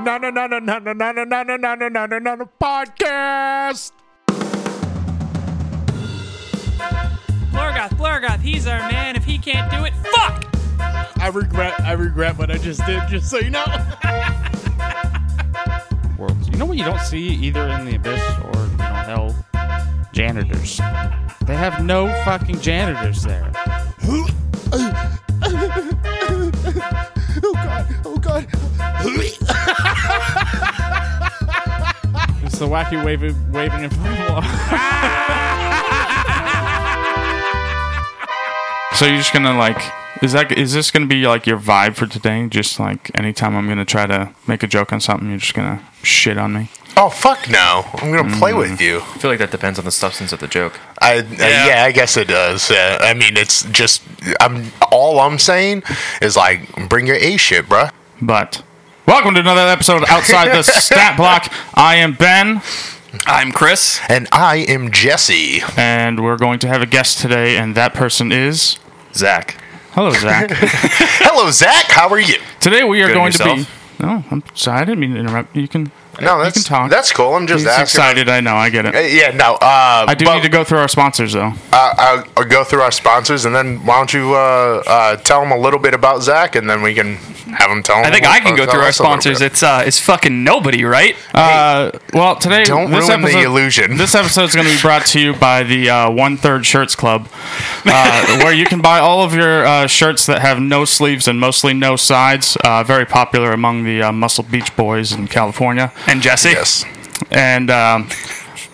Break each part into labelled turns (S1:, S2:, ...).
S1: no no no no no no no no no no no no no no no no podcast.
S2: Lorgoth, Lorgoth, he's our man. If he can't do it, fuck!
S1: I regret I regret what I just did. Just so you know.
S3: worlds. You know what you don't see either in the abyss or you know hell? Janitors. They have no fucking janitors there.
S1: Oh god! Oh god!
S3: It's the wacky waving waving inflatable.
S4: So you're just gonna like is that is this gonna be like your vibe for today? Just like anytime I'm gonna try to make a joke on something, you're just gonna shit on me.
S5: Oh fuck no! I'm gonna play
S4: Mm.
S5: with you.
S6: I feel like that depends on the substance of the joke.
S5: I uh, yeah. I guess it does. Uh, I mean, it's just I'm all I'm saying is like bring your A shit, bruh.
S4: But welcome to another episode of outside the stat block. I am Ben,
S6: I'm Chris.
S5: And I am Jesse.
S4: and we're going to have a guest today, and that person is
S6: Zach.
S4: hello Zach.
S5: Hello, Zach. How are you?
S4: today we are
S6: Good,
S4: going to
S6: yourself?
S4: be. No, I'm sorry. I didn't mean to interrupt. You can.
S5: No,
S4: you
S5: that's
S4: can talk.
S5: that's cool. I'm just
S4: He's
S5: asking.
S4: excited. I know. I get
S5: Uh,
S4: it.
S5: Yeah, no. Uh,
S4: I do
S5: but,
S4: need to go through our sponsors though.
S5: Uh, I'll, I'll go through our sponsors, and then why don't you uh, uh, tell them a little bit about Zach, and then we can have them tell.
S6: I think I can go through our sponsors.
S5: It,
S6: It's uh, it's fucking nobody, right?
S4: Uh, well, today
S5: don't
S4: this
S5: ruin
S4: episode,
S5: the illusion.
S4: This episode is going to be brought to you by the uh, One Third Shirts Club, uh, where you can buy all of your uh, shirts that have no sleeves and mostly no sides. Uh, very popular among the uh, Muscle Beach Boys in California,
S6: and Jesse.
S5: yes.
S4: and um,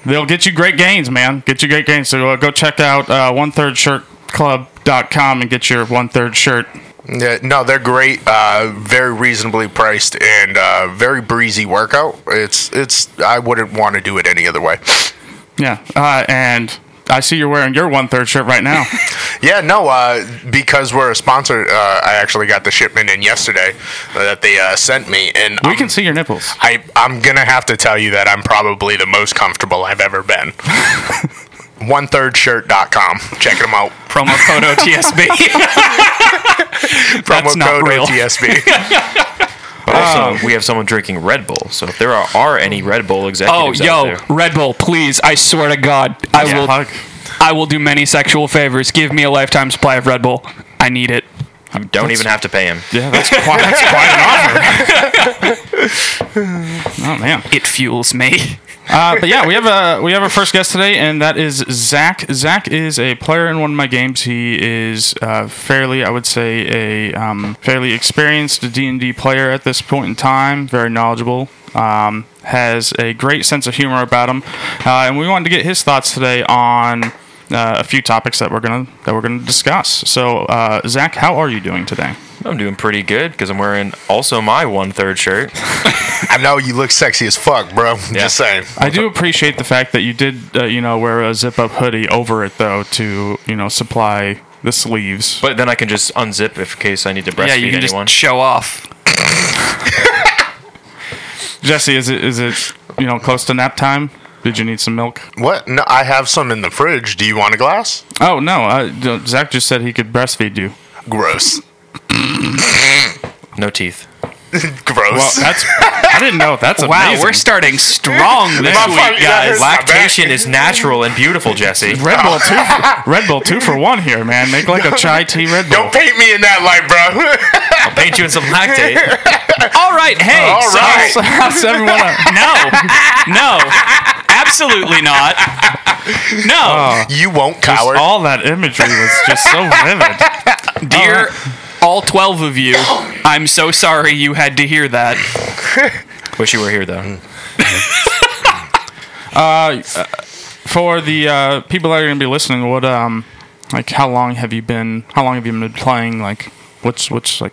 S4: they'll get you great gains, man. Get you great gains. So uh, go check out uh, One Third Shirt Club. Dot com and get your one third shirt.
S5: Yeah, no, they're great. Uh, very reasonably priced and uh, very breezy workout. It's it's. I wouldn't want to do it any other way.
S4: Yeah, uh, and I see you're wearing your one third shirt right now.
S5: Yeah, no, uh, because we're a sponsor. Uh, I actually got the shipment in yesterday that they uh, sent me, and
S4: we
S5: I'm-
S4: can see your nipples.
S5: I I'm gonna have to tell you that I'm probably the most comfortable I've ever been. OneThirdShirt.com. Check them out.
S6: Promo photo TSB.
S5: Promo
S6: That's not
S5: code
S6: real.
S5: OTSB.
S6: But also, we have someone drinking Red Bull. So if there are, are any Red Bull
S7: Oh,
S6: executives out
S7: yo,
S6: there,
S7: Red Bull, please! I swear to God, I
S4: Yeah.
S7: will.
S4: Fuck.
S7: I will do many sexual favors. Give me a lifetime supply of Red Bull. I need it.
S6: you don't even have to pay him.
S4: Yeah, that's quite, that's quite an offer. oh man!
S7: It fuels me.
S4: Uh, but yeah, we have a we have our first guest today, and that is Zach. Zach is a player in one of my games. He is uh, fairly, I would say, a um, fairly experienced D and D player at this point in time. Very knowledgeable. Um, has a great sense of humor about him, uh, and we wanted to get his thoughts today on uh, a few topics that we're gonna that we're gonna discuss. So, uh, Zach, how are you doing today?
S6: I'm doing pretty good because I'm wearing also my one third shirt.
S5: I know you look sexy as fuck, bro. Just saying.
S4: I do appreciate the fact that you did, uh, you know, wear a zip-up hoodie over it though to, you know, supply the sleeves.
S6: But then I can just unzip if in case I need to breastfeed
S7: yeah, you can
S6: anyone.
S7: just show off.
S4: Jesse, is it is it you know close to nap time? Did you need some milk?
S5: What? No, I have some in the fridge. Do you want a glass?
S4: Oh no, uh, Zach just said he could breastfeed you.
S5: Gross.
S6: no teeth.
S4: Well,
S5: Gross.
S4: that's I didn't know. That's amazing.
S7: Wow, we're starting strong this
S5: My fuck-
S7: week,
S5: that is-
S7: guys.
S5: I'm back.
S6: Lactation is natural and beautiful, Jesse.
S4: Red Bull two, for, Red Bull two for one here, man. Make like a chai tea Red Bull.
S5: Don't paint me in that light, bro.
S6: I'll paint you in some lactate.
S7: All right, hey.
S4: Oh.
S5: All
S7: so-
S5: right.
S4: How's everyone? up?
S7: No, no, absolutely not. No,
S5: you won't, coward.
S4: All that imagery was just so vivid. Uh,
S7: dear, all twelve of you.
S4: Oh,
S7: I'm so sorry you had to hear that.
S6: Wish you were here though.
S4: for the uh, people that are going to be listening, what um, like how long have you been? How long have you been playing? Like, what's what's like?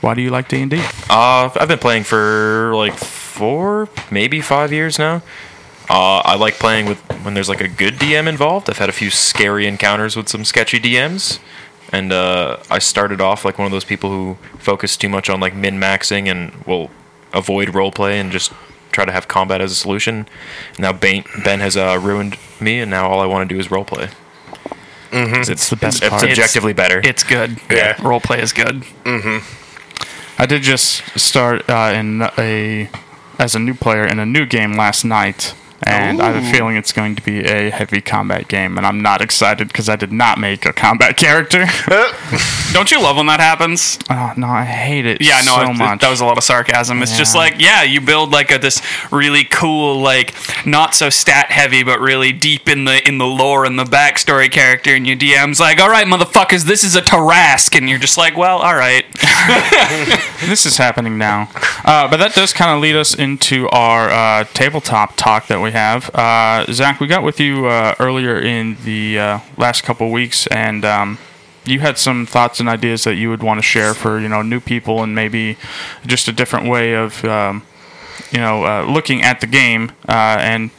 S4: Why do you like D and D?
S6: Uh, I've been playing for like four, maybe five years now. Uh, I like playing with when there's like a good DM involved. I've had a few scary encounters with some sketchy DMs, and uh, I started off like one of those people who focus too much on like min maxing and will avoid roleplay and just try to have combat as a solution. Now Ben, ben has uh, ruined me, and now all I want to do is roleplay.
S7: Hmm.
S4: It's the best
S6: It's
S4: part.
S6: objectively better.
S7: It's good.
S5: Yeah.
S7: Roleplay is good.
S4: I did just start uh, in a as a new player in a new game last night. And I have a feeling it's going to be a heavy combat game, and I'm not excited because I did not make a combat character.
S7: Don't you love when that happens?
S4: oh no, I hate it.
S7: Yeah, no,
S4: so
S7: it- it-
S4: much.
S7: that was a lot of sarcasm. It's just
S4: Yeah.
S7: like, yeah, you build like a this really cool, like not so stat heavy, but really deep in the in the lore and the backstory character, and your DM's like, all right, motherfuckers, this is a Tarask, and you're just like, well, all right,
S4: this is happening now. Uh, but that does kind of lead us into our uh, tabletop talk that we have. Uh, Zach, we got with you uh, earlier in the uh, last couple weeks, and um, you had some thoughts and ideas that you would want to share for you know new people and maybe just a different way of um, you know uh, looking at the game. Uh, and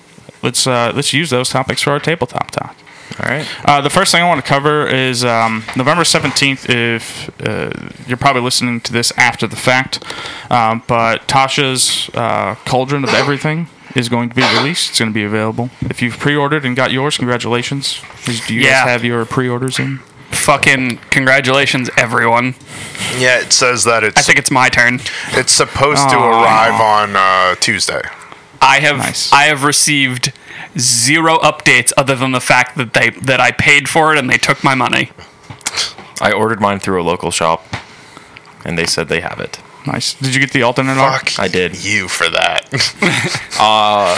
S4: let's uh, let's use those topics for our tabletop talk.
S6: All right.
S4: Uh, the first thing I want to cover is um, November 17th. If uh, you're probably listening to this after the fact, um, but Tasha's uh, Cauldron of Everything is going to be released. It's going to be available. If you've pre ordered and got yours, congratulations. Do you
S7: Yeah.
S4: guys have your pre orders in?
S7: fucking congratulations, everyone.
S5: Yeah, it says that
S7: I
S5: it's
S7: think it's my turn.
S5: it's supposed to
S4: Aw.
S5: arrive on uh, Tuesday.
S7: I have
S4: Nice.
S7: I have received zero updates other than the fact that they that I paid for it and they took my money.
S6: I ordered mine through a local shop, and they said they have it.
S4: Nice. Did you get the alternate arc?
S5: Fuck
S6: I did.
S5: you for that.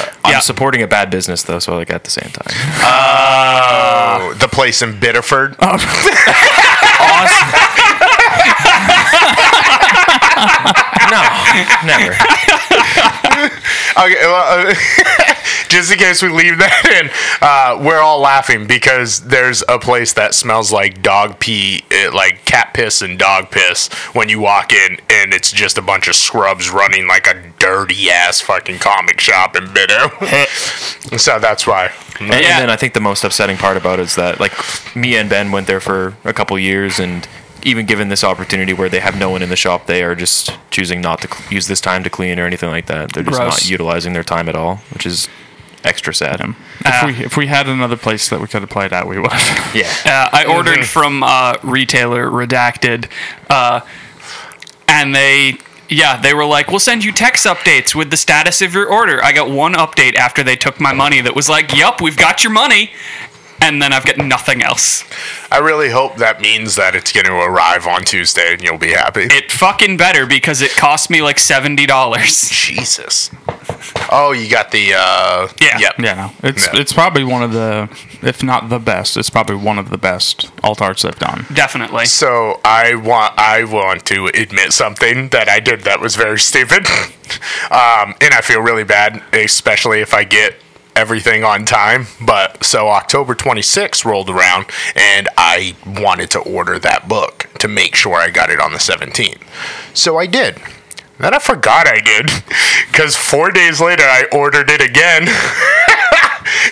S7: Yeah.
S6: I'm supporting a bad business though, so I like at the same time.
S5: Oh, the place in Biddeford.
S6: no, never.
S5: Okay, well, uh, just in case we leave that in, uh, we're all laughing because there's a place that smells like dog pee, uh, like cat piss and dog piss when you walk in, and it's just a bunch of scrubs running like a dirty ass fucking comic shop in Biddo. so that's why.
S6: And,
S7: Yeah.
S6: and then I think the most upsetting part about it is that like me and Ben went there for a couple years, and even given this opportunity where they have no one in the shop, they are just choosing not to cl- use this time to clean or anything like that. They're just
S7: Gross.
S6: not utilizing their time at all, which is extra sad.
S4: If,
S5: Uh.
S4: we, if we had another place that we could have played at, we would have.
S6: Yeah.
S7: Uh, I ordered from uh, retailer Redacted, uh, and they, yeah, they were like, "We'll send you text updates with the status of your order." I got one update after they took my money that was like, "Yup, we've got your money," and then I've got nothing else.
S5: I really hope that means that it's going to arrive on Tuesday and you'll be happy.
S7: It fucking better because it cost me like seventy dollars.
S5: Jesus. Oh, you got the. Uh,
S7: Yeah.
S5: Yep.
S4: Yeah, no. It's
S5: Yeah.
S4: it's probably one of the, if not the best, it's probably one of the best alt arts they've done.
S7: Definitely.
S5: So I want I want to admit something that I did that was very stupid, um, and I feel really bad, especially if I get everything on time. But so October 26th rolled around, and I wanted to order that book to make sure I got it on the 17th. So I did. Then I forgot I did, because four days later I ordered it again.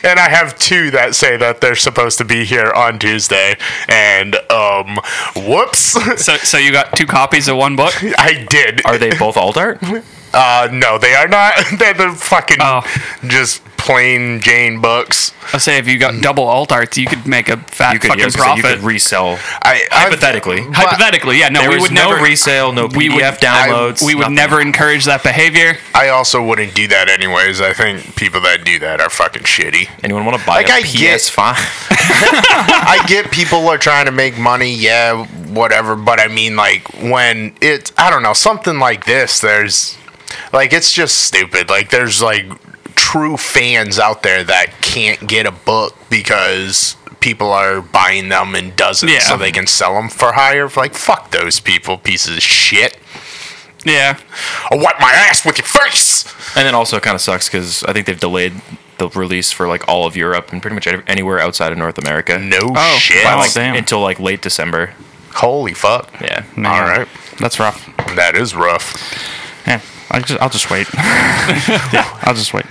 S5: and I have two that say that they're supposed to be here on Tuesday. And um, whoops,
S7: So, so you got two copies of one book.
S5: I did.
S6: Are they both alt art?
S5: Uh, no, they are not. they're the fucking
S7: Oh.
S5: just plain Jane books.
S7: I say, if you got double alt arts, you could make a fat
S6: Mm. You could,
S7: fucking
S6: yeah, so you
S7: profit.
S6: could resell.
S5: I
S6: Hypothetically.
S5: I've-
S7: Hypothetically, yeah, no,
S6: There
S7: we
S6: was
S7: would
S6: no
S7: never
S6: resale, no PDF
S7: we would-
S6: E downloads.
S7: we would
S6: nothing.
S7: never encourage that behavior.
S5: I also wouldn't do that anyways. I think people that do that are fucking shitty.
S6: Anyone want to buy
S5: Like,
S6: a
S5: I get-
S6: PS5?
S5: I get people are trying to make money, yeah, whatever. But I mean, like when it's I don't know something like this. There's like it's just stupid. Like there's like true fans out there that can't get a book because people are buying them in dozens
S7: Yeah.
S5: so they can sell them for higher. Like fuck those people, pieces of shit.
S7: Yeah,
S5: I'll wipe my ass with your face.
S6: And then also kind of sucks because I think they've delayed the release for like all of Europe and pretty much ev- anywhere outside of North America.
S5: No shit.
S6: By,
S4: wow.
S6: like,
S4: damn.
S6: until like late December.
S5: Holy fuck.
S6: Yeah.
S4: Man,
S5: All right.
S4: that's rough.
S5: That is rough.
S4: Yeah, I just, I'll just wait. yeah, I'll just wait.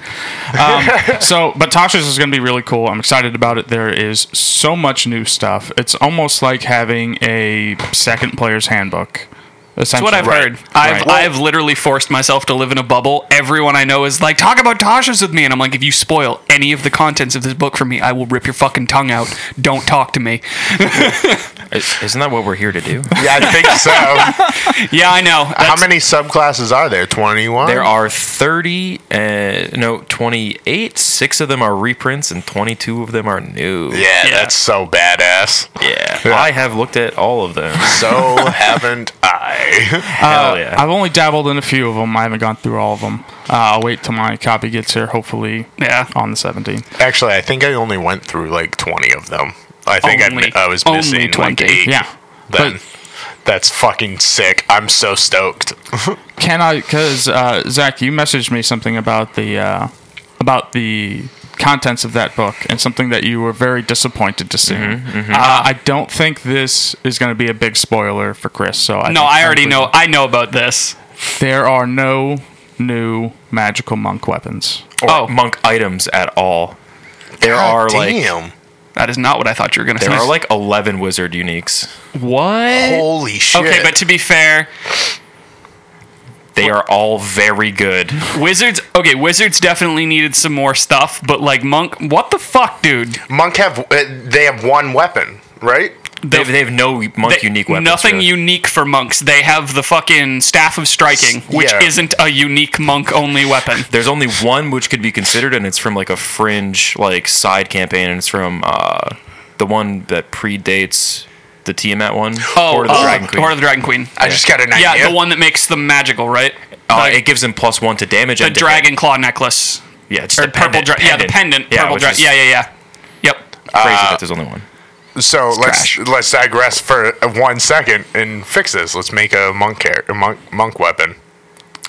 S4: Um, so, but Tasha's is going to be really cool. I'm excited about it. There is so much new stuff. It's almost like having a second player's handbook
S7: That's
S4: Essentially.
S7: what I've heard. I've, I've literally forced myself to live in a bubble. Everyone I know is like, talk about Tasha's with me. And I'm like, if you spoil any of the contents of this book for me, I will rip your fucking tongue out. Don't talk to me.
S6: Is- Isn't that what we're here to do?
S5: Yeah, I think so.
S7: Yeah, I know.
S5: How
S7: That's-
S5: many subclasses are there? 21?
S6: There are 30, uh, no, 28. Six of them are reprints, and 22 of them are new.
S5: Yeah, that's so badass.
S6: Yeah. I have looked at all of them.
S5: So haven't I.
S6: Hell
S4: Uh,
S6: yeah.
S4: I've only dabbled in a few of them. I haven't gone through all of them. Uh, I'll wait till my copy gets here, hopefully
S7: yeah.
S4: on the 17th.
S5: Actually, I think I only went through like 20 of them. I think I, mi-
S7: Only-
S5: I was
S7: only
S5: missing like,
S7: 20,
S5: eight.
S4: Yeah.
S5: Then.
S4: But-
S5: that's fucking sick. I'm so stoked.
S4: Can I? Because uh, Zach, you messaged me something about the uh, about the contents of that book and something that you were very disappointed to see.
S7: Mm-hmm,
S4: Uh, I don't think this is going to be a big spoiler for Chris. So I
S7: No,
S4: think-
S7: I already know. I know about this.
S4: there are no new magical monk weapons.
S6: Or
S7: oh.
S6: monk items at all. There
S5: God
S6: are like
S5: damn.
S7: That is not what I thought you were going to
S6: there
S7: say.
S6: are like 11 wizard uniques.
S7: what?
S5: Holy shit.
S7: Okay, but to be fair,
S6: They are all very good.
S7: wizards. Okay, wizards definitely needed some more stuff, but like monk, what the fuck, dude?
S5: monk have uh, they have one weapon, right?
S6: They have, they have no monk
S7: They-
S6: unique weapons.
S7: Nothing
S6: really.
S7: unique for monks. They have the fucking staff of striking, which
S5: yeah.
S7: isn't a unique monk only weapon.
S6: There's only one which could be considered, and it's from like a fringe like side campaign, and it's from uh, the one that predates the Tiamat one.
S7: Oh,
S6: Horde of the
S7: uh,
S6: Dragon Queen.
S7: Horde of the Dragon Queen.
S5: I just got an
S7: yeah,
S5: idea.
S7: the one that makes them magical, right?
S6: Uh,
S7: the
S6: it gives him plus one to damage.
S7: the
S6: and to hit.
S7: dragon claw necklace
S6: yeah, it's
S7: or
S6: just a
S7: purple.
S6: pendant-
S7: Dra- yeah, the pendant. purple
S6: which
S7: dra-
S6: is
S7: Yeah, uh, yeah, yeah. Yep.
S6: Crazy that there's only one.
S5: So let's
S7: trash.
S5: let's digress for one second and fix this. Let's make a monk care, a monk monk weapon.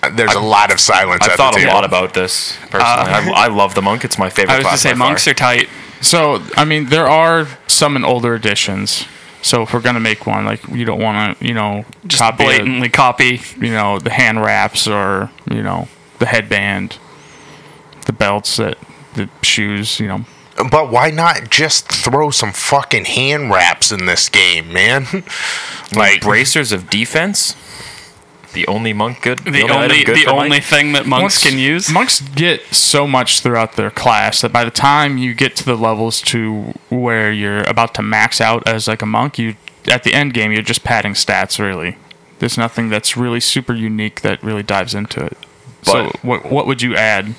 S5: Uh, There's a lot of silence.
S6: I've
S5: at
S6: thought
S5: the
S6: a
S5: table.
S6: lot about this personally. I, I love the monk. It's my favorite.
S7: Uh, I was
S6: class
S7: gonna say
S6: by far.
S7: monks are tight.
S4: So I mean, there are some in older editions. So if we're gonna make one, like you don't want to, you know,
S7: Just
S4: copy a-
S7: blatantly copy.
S4: you know the hand wraps or you know the headband, the belts that the shoes. You know,
S5: But why not just throw some fucking hand wraps in this game, man? like
S6: bracers of defense. The only monk good.
S7: The
S6: item
S7: only
S6: good
S7: the
S6: for monk?
S7: only thing that monks can use.
S4: Monks get so much throughout their class that by the time you get to the levels to where you're about to max out as like a monk, you at the end game you're just padding stats. Really, there's nothing that's really super unique that really dives into it. so
S6: But-
S4: what what would you add?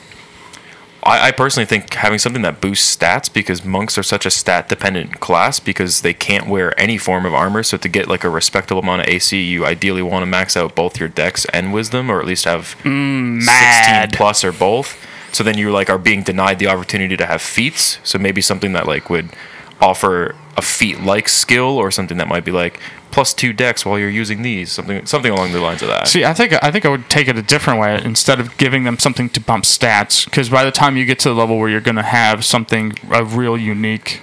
S6: I, I personally think having something that boosts stats because monks are such a stat dependent class because they can't wear any form of armor. So to get like a respectable amount of AC, you ideally want to max out both your dex and wisdom, or at least have
S7: Mm, mad.
S6: 16 plus or both. So then you like are being denied the opportunity to have feats. So maybe something that like would offer a feat like skill or something that might be like plus two dex while you're using these something something along the lines of that.
S4: See, I think I think I would take it a different way. Instead of giving them something to bump stats, because by the time you get to the level where you're going to have something a real unique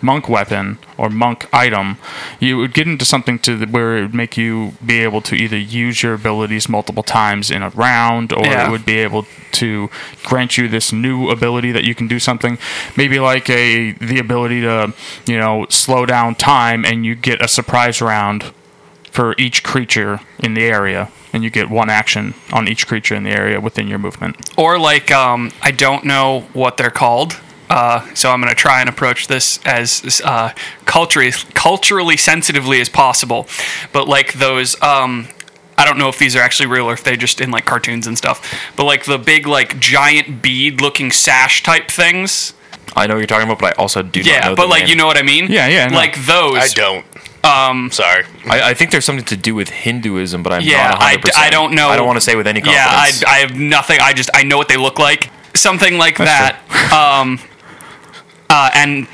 S4: monk weapon or monk item, you would get into something to the, where it would make you be able to either use your abilities multiple times in a round, or
S7: Yeah.
S4: it would be able to grant you this new ability that you can do something. Maybe like a the ability to you know slow down time, and you get a surprise round for each creature in the area, and you get one action on each creature in the area within your movement.
S7: or like um, I don't know what they're called. Uh, so I'm going to try and approach this as uh, culturally culturally sensitively as possible. But like those, um, I don't know if these are actually real or if they're just in like cartoons and stuff. But like the big like giant bead looking sash type things.
S6: I know what you're talking about, but I also do not
S7: Yeah,
S6: know
S7: but
S6: the
S7: like
S6: name.
S7: you know what I mean.
S4: Yeah, yeah, I know.
S7: Like
S5: I
S7: those.
S5: don't. Um, sorry.
S6: I, I think there's something to do with Hinduism, but I'm
S7: Yeah,
S6: not
S7: I,
S6: 100%.
S7: I don't know.
S6: I don't want to say with any confidence.
S7: Yeah, I, I have nothing. I just I know what they look like. Something like that. um, uh, and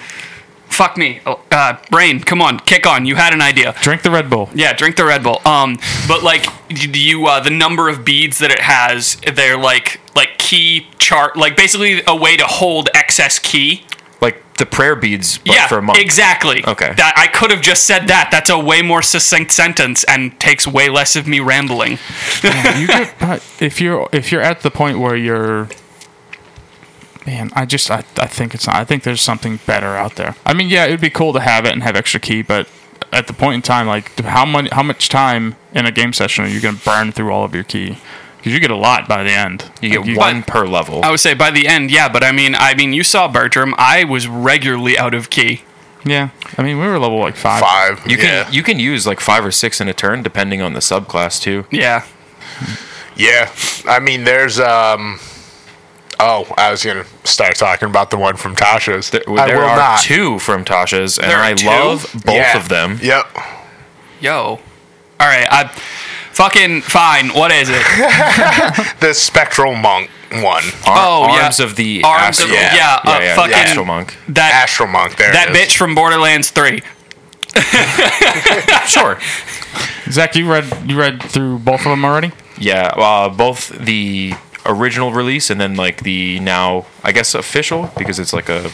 S7: fuck me, Oh, uh, brain. Come on, kick on. You had an idea.
S4: Drink the Red Bull.
S7: Yeah, drink the Red Bull. Um, but like you, you uh, the number of beads that it has, they're like like key chart, like basically a way to hold excess key.
S6: like the prayer beads, but
S7: yeah,
S6: for a monk.
S7: exactly.
S6: Okay.
S7: That I could have just said that. That's a way more succinct sentence and takes way less of me rambling.
S4: you get but if you're if you're at the point where you're man i just I, I think it's not i think there's something better out there i mean yeah it would be cool to have it and have extra key but at the point in time like how much how much time in a game session, or you're going to burn through all of your key because you get a lot by the end.
S6: You get
S4: Like,
S6: one per level.
S7: I would say by the end, yeah, but I mean, I mean, you saw Bertram. I was regularly out of key.
S4: Yeah, I mean we were level like five.
S5: Five.
S6: You can
S5: yeah.
S6: you can use like five or six in a turn, depending on the subclass too.
S7: Yeah,
S5: Yeah, I mean, there's um. Oh, I was gonna start talking about the one from Tasha's.
S6: There,
S5: I
S6: there
S5: will
S6: are
S5: not.
S6: two from Tasha's, and
S7: There are
S6: I
S7: two?
S6: love both
S5: Yeah.
S6: of them.
S5: Yep.
S7: yo, all right, I fucking fine. What is it?
S5: The spectral monk one.
S6: Ar-
S7: Oh, yeah.
S6: arms of the
S7: Arms of-
S6: Astral-
S7: yeah, uh,
S6: yeah,
S7: fucking-
S6: the Astral monk.
S7: That
S5: Astral monk. There.
S7: that
S5: it is.
S7: bitch from Borderlands Three.
S6: sure.
S4: Zach, you read you read through both of them already.
S6: Yeah, uh, both the original release and then like the now I guess official because it's like a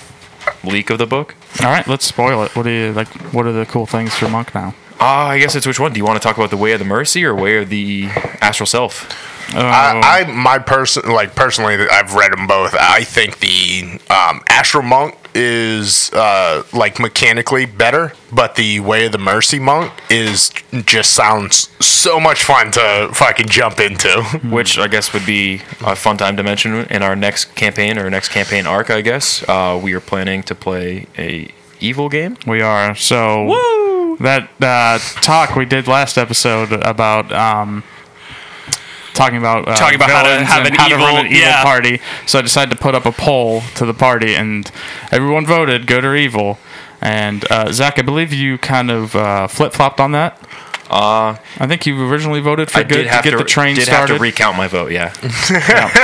S6: leak of the book.
S4: All right, let's spoil it. What do you like? What are the cool things for Monk now?
S6: Ah, I guess it's which one? Do you want to talk about the way of the mercy or way of the astral self?
S5: I, I my person like personally, I've read them both. I think the um, Astral Monk is uh, like mechanically better, but the Way of the Mercy Monk is just sounds so much fun to fucking jump into.
S4: Hmm.
S6: Which I guess would be a fun time to mention in our next campaign or next campaign arc. I guess uh, we are planning to play a evil game.
S4: We are so that uh, talk we did last episode about um, talking about uh,
S7: Talking about how to
S4: villains
S7: have
S4: and
S7: an
S4: how to
S7: evil-
S4: run an evil
S7: yeah.
S4: party. So I decided to put up a poll to the party, and everyone voted good or evil. And uh, Zach, I believe you kind of uh, flip flopped on that.
S6: Uh,
S4: I think you originally voted for
S6: I
S4: good
S6: did have
S4: to get
S6: to
S4: the train
S6: did
S4: started.
S6: have to recount my vote. Yeah,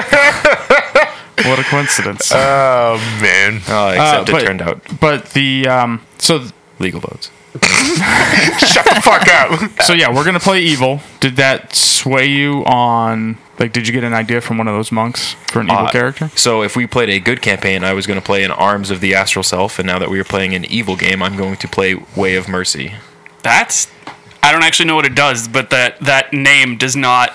S4: what a coincidence!
S5: Oh man,
S6: uh,
S4: Uh,
S6: except
S4: but-
S6: it turned out
S4: but the um, so
S6: legal votes.
S5: shut the fuck up.
S4: so yeah, we're gonna play evil. Did that sway you on? Like, did you get an idea from one of those monks for an evil
S6: Uh,
S4: character?
S6: So if we played a good campaign, I was going to play an Arms of the Astral Self, and now that we are playing an evil game, I'm going to play Way of Mercy.
S7: That's I don't actually know what it does, but that that name does not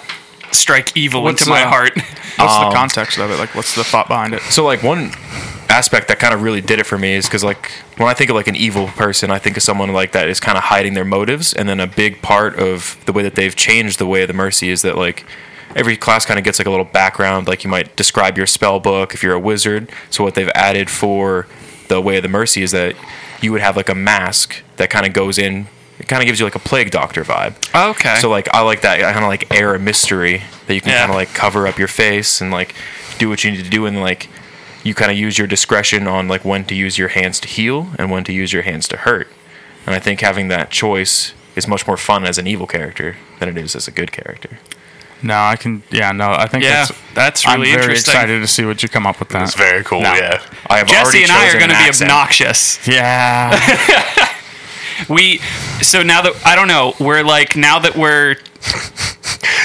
S7: strike evil
S4: What's,
S7: into my
S4: uh,
S7: heart.
S4: What's
S5: um,
S4: the context of it? Like, what's the thought behind it?
S6: So like one aspect that kind of really did it for me is because like when I think of like an evil person, I think of someone like that is kind of hiding their motives, and then a big part of the way that they've changed the way of the Mercy is that like. Every class kind of gets like a little background, like you might describe your spell book if you're a wizard. So what they've added for the Way of the Mercy is that you would have like a mask that kind of goes in. It kind of gives you like a plague doctor vibe.
S7: okay.
S6: So like I like that kind of like air of mystery that you can
S7: Yeah.
S6: kind of like cover up your face and like do what you need to do and like you kind of use your discretion on like when to use your hands to heal and when to use your hands to hurt. And I think having that choice is much more fun as an evil character than it is as a good character.
S4: No, I can. Yeah, no, I think.
S7: yeah,
S4: That's,
S7: that's
S4: I'm
S7: really
S4: very
S7: interesting.
S4: excited to see what you come up with. That.
S5: It's very cool. Yeah.
S6: I have
S7: Jesse
S6: already
S7: and I are
S6: chosen
S7: going to
S6: an
S7: be
S6: accent.
S7: obnoxious.
S4: yeah. Oh,
S7: We so now that I don't know, we're like now that we're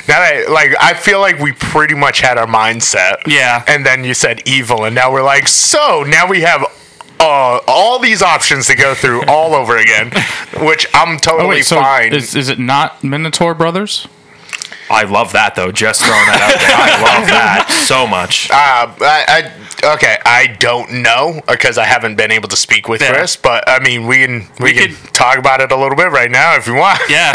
S5: Now that like I feel like we pretty much had our mindset.
S7: Yeah.
S5: And then you said evil, and now we're like, so now we have uh, all these options to go through all over again, which I'm
S4: oh
S5: totally
S4: wait, so
S5: fine.
S4: is, is it not Minotaur Brothers?
S6: I love that though. Just throwing that out there. I love that so much.
S5: Uh, I, I okay, I don't know because I haven't been able to speak with
S7: Yeah.
S5: Chris, but I mean we can we,
S7: We
S5: can
S7: could-
S5: talk about it a little bit right now if you want.
S7: yeah.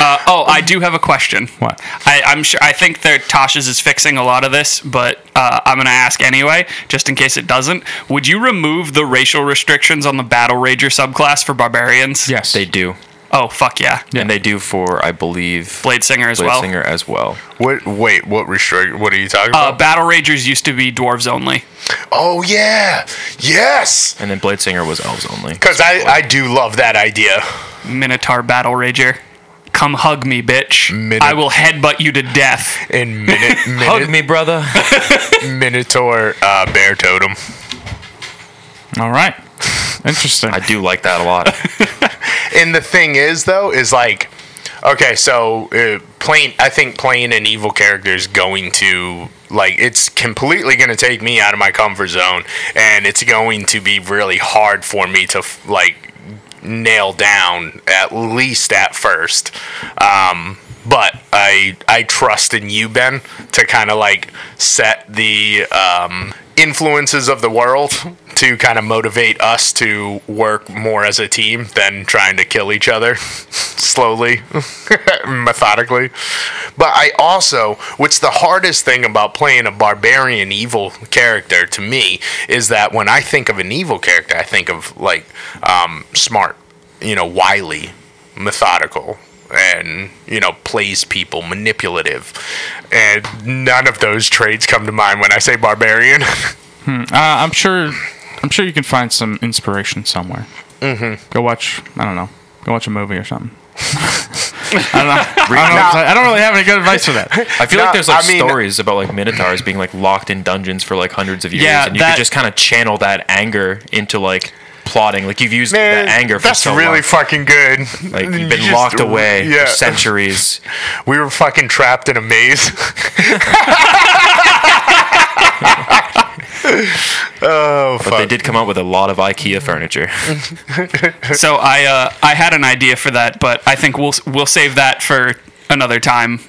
S7: Uh, oh, I do have a question.
S4: What?
S7: I, I'm sure. I think that Tasha's is fixing a lot of this, but uh, I'm going to ask anyway, just in case it doesn't. Would you remove the racial restrictions on the Battle Rager subclass for barbarians?
S4: Yes.
S6: They do.
S7: Oh fuck yeah.
S6: And they do for I believe
S7: Blade Singer as
S6: Blade
S7: well.
S6: Singer as well.
S5: What? Wait, what restrict? What are you talking
S7: Uh,
S5: about?
S7: Battle Ragers used to be dwarves only.
S5: oh yeah, yes,
S6: And then Blade Singer was elves only.
S5: because I I do love that idea.
S7: Minotaur Battle Rager. Come hug me, bitch.
S5: Minot-
S7: I will headbutt you to death.
S5: In minute,
S6: Hug
S5: minute
S6: me, brother.
S5: Minotaur uh, bear totem.
S4: All right. Interesting.
S6: I do like that a lot.
S5: And the thing is, though, is like, okay, so uh, playing, I think playing an evil character is going to, like, it's completely going to take me out of my comfort zone. And it's going to be really hard for me to, f- like, nail down, at least at first. Um, but I I trust in you, Ben, to kind of like set the um, influences of the world to kind of motivate us to work more as a team than trying to kill each other slowly, methodically. But I also, what's the hardest thing about playing a barbarian evil character to me is that when I think of an evil character, I think of like um, smart, you know, wily, methodical, and you know, plays people, manipulative, and none of those traits come to mind when I say barbarian.
S4: Uh, I'm sure. I'm sure you can find some inspiration somewhere. Mm-hmm. Go watch. I don't know. Go watch a movie or something. I don't know. I don't, know what to say. I don't really have any good advice for that.
S6: I feel
S5: No,
S6: like there's like
S5: I mean-
S6: stories about like minotaurs being like locked in dungeons for like hundreds of years,
S7: Yeah,
S6: and you
S7: that-
S6: could just kind of channel that anger into like plotting. Like you've used
S5: Man,
S6: that anger for
S5: that's
S6: so
S5: really
S6: long.
S5: fucking good.
S6: like
S5: You
S6: you've been
S5: just-
S6: locked away
S5: Yeah,
S6: for centuries.
S5: we were fucking trapped in a maze. oh
S6: But they
S5: fuck!
S6: did come out with a lot of IKEA furniture.
S7: So I uh, I had an idea for that, but I think we'll we'll save that for another time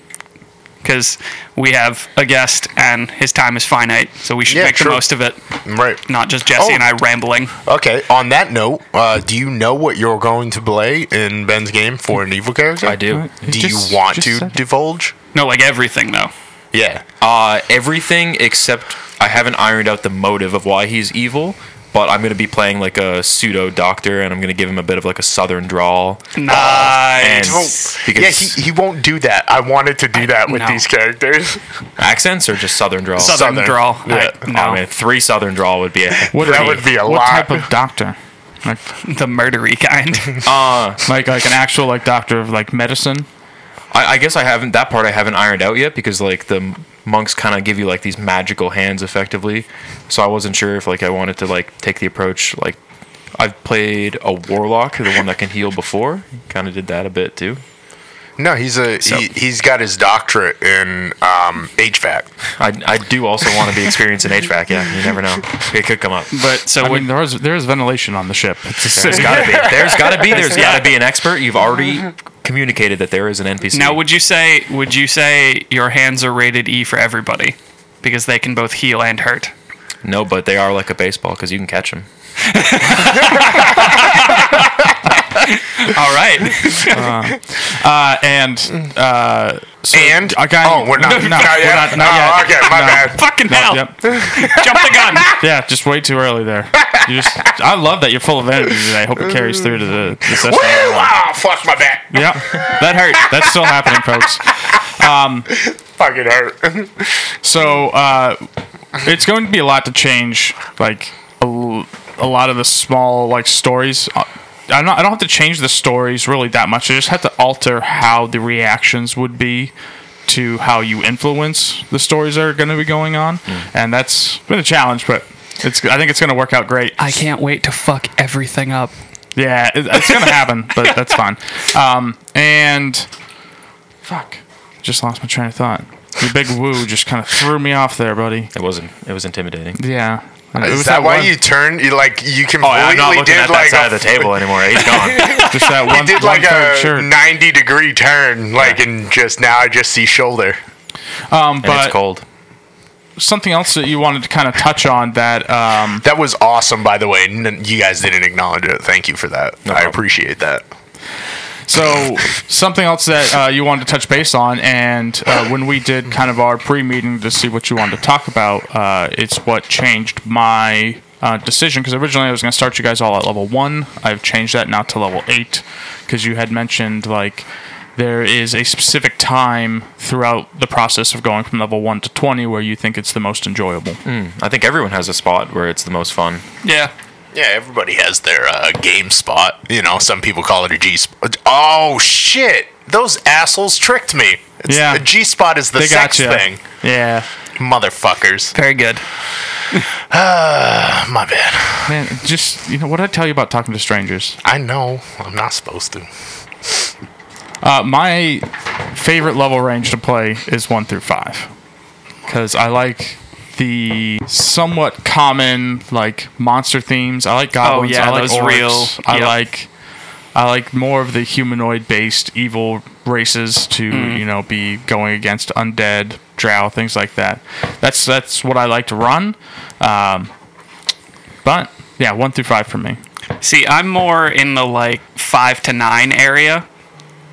S7: because we have a guest and his time is finite, so we should
S5: Yeah,
S7: make
S5: true.
S7: the most of it,
S5: Right.
S7: not just Jesse
S5: Oh.
S7: and I rambling.
S5: Okay. On that note, uh, do you know what you're going to play in Ben's game for an evil character?
S6: I do.
S5: Do
S4: Just-
S5: you want
S4: just
S5: to
S4: said it.
S5: divulge?
S7: No, like everything though.
S5: Yeah.
S6: Uh, everything except I haven't ironed out the motive of why he's evil. But I'm gonna be playing like a pseudo doctor, and I'm gonna give him a bit of like a southern drawl.
S5: Oh,
S7: Nice.
S6: And
S5: yeah,
S6: because
S5: he, he won't do that. I wanted to do that with
S7: no.
S5: these characters.
S6: accents or just southern drawl.
S7: Southern,
S5: Southern.
S7: drawl.
S5: Yeah.
S7: I, no,
S6: Oh man, three Southern drawl would be a
S4: What,
S5: That would be a
S4: what
S5: lot.
S4: type of doctor? Like,
S7: the murdery kind.
S6: uh,
S4: like, like an actual like doctor of like medicine.
S6: I, I guess I haven't that part I haven't ironed out yet because like the monks kind of give you like these magical hands effectively, so I wasn't sure if like I wanted to like take the approach like I've played a warlock, the one that can heal before, kind of did that a bit too.
S5: No, he's a he, he's got his doctorate in um, HVAC.
S6: I, I do also want to be experienced in HVAC. Yeah, you never know, it could come up.
S7: but so
S4: I
S7: would,
S4: mean, there is there is ventilation on the ship. It's a
S6: There's
S4: city.
S6: gotta be. There's gotta be. There's gotta be an expert. You've already communicated that there is an NPC.
S7: now would you say would you say your hands are rated E for everybody because they can both heal and hurt?
S6: no, but they are like a baseball because you can catch them.
S7: All right.
S4: Uh, and uh, so
S5: And
S4: I got.
S5: oh, we're not.
S4: No, no,
S5: not
S4: we're
S5: yet.
S4: not, not
S5: oh,
S4: yet.
S5: okay, my
S4: No.
S5: bad.
S7: Fucking
S4: No,
S7: hell.
S4: yep.
S7: Jump the gun.
S4: Yeah, just way too early there. You just, I love that you're full of energy today. I hope it carries through to the, the session.
S5: Woo! Ah, fuck my back.
S4: Yeah, that hurt. That's still happening, folks.
S5: Fucking hurt.
S4: So uh, it's going to be a lot to change, like a, l- a lot of the small like stories. Uh, I'm not, I don't have to change the stories really that much. I just have to alter how the reactions would be to how you influence the stories that are going to be going on, and that's been a challenge, but. It's, I think it's going to work out great.
S7: I can't wait to fuck everything up.
S4: Yeah, it, it's gonna happen, but that's fine. Um, and fuck, just lost my train of thought. Your big woo just kind of threw me off there, buddy.
S6: It wasn't. It was intimidating.
S4: Yeah, it
S5: Is
S4: was
S5: that why
S4: one-
S5: you turned? You like you completely
S6: Oh, I'm not looking
S5: did
S6: at that
S5: like
S6: side
S5: a
S6: of the table anymore. He's gone.
S4: just that one,
S5: did
S4: one
S5: like a
S4: third shirt?
S5: 90 degree turn like and just now i just see shoulder
S4: Um,
S6: and it's
S4: but
S6: cold.
S4: something else that you wanted to kind of touch on that. Um,
S5: that was awesome by the way N- you guys didn't acknowledge it thank you for that i
S6: problem.
S5: appreciate that
S4: so something else that uh, you wanted to touch base on, and uh, when we did kind of our pre-meeting to see what you wanted to talk about, uh, it's what changed my uh, decision because originally I was going to start you guys all at level one. I've changed that now to level eight because you had mentioned like there is a specific time throughout the process of going from level one to twenty where you think it's the most enjoyable.
S6: I think everyone has a spot where it's the most fun.
S7: Yeah.
S5: yeah everybody has their uh, game spot you know some people call it a g spot oh shit those assholes tricked me it's,
S4: Yeah.
S5: the g spot is the
S4: They got
S5: sex
S4: you.
S5: thing
S4: Yeah.
S5: motherfuckers
S7: Very good.
S5: my bad
S4: Man, just you know what did I tell you about talking to strangers?
S5: i know i'm not supposed to
S4: Uh, my favorite level range to play is one through five because I like the somewhat common like monster themes. I like goblins.
S7: Oh, yeah,
S4: I like
S7: those
S4: orcs.
S7: real-
S4: I
S7: yep.
S4: like I like more of the humanoid-based evil races to
S7: Mm.
S4: you know be going against undead, drow, things like that. That's that's what I like to run. Um, but yeah, one through five for me.
S7: See, I'm more in the like five to nine area,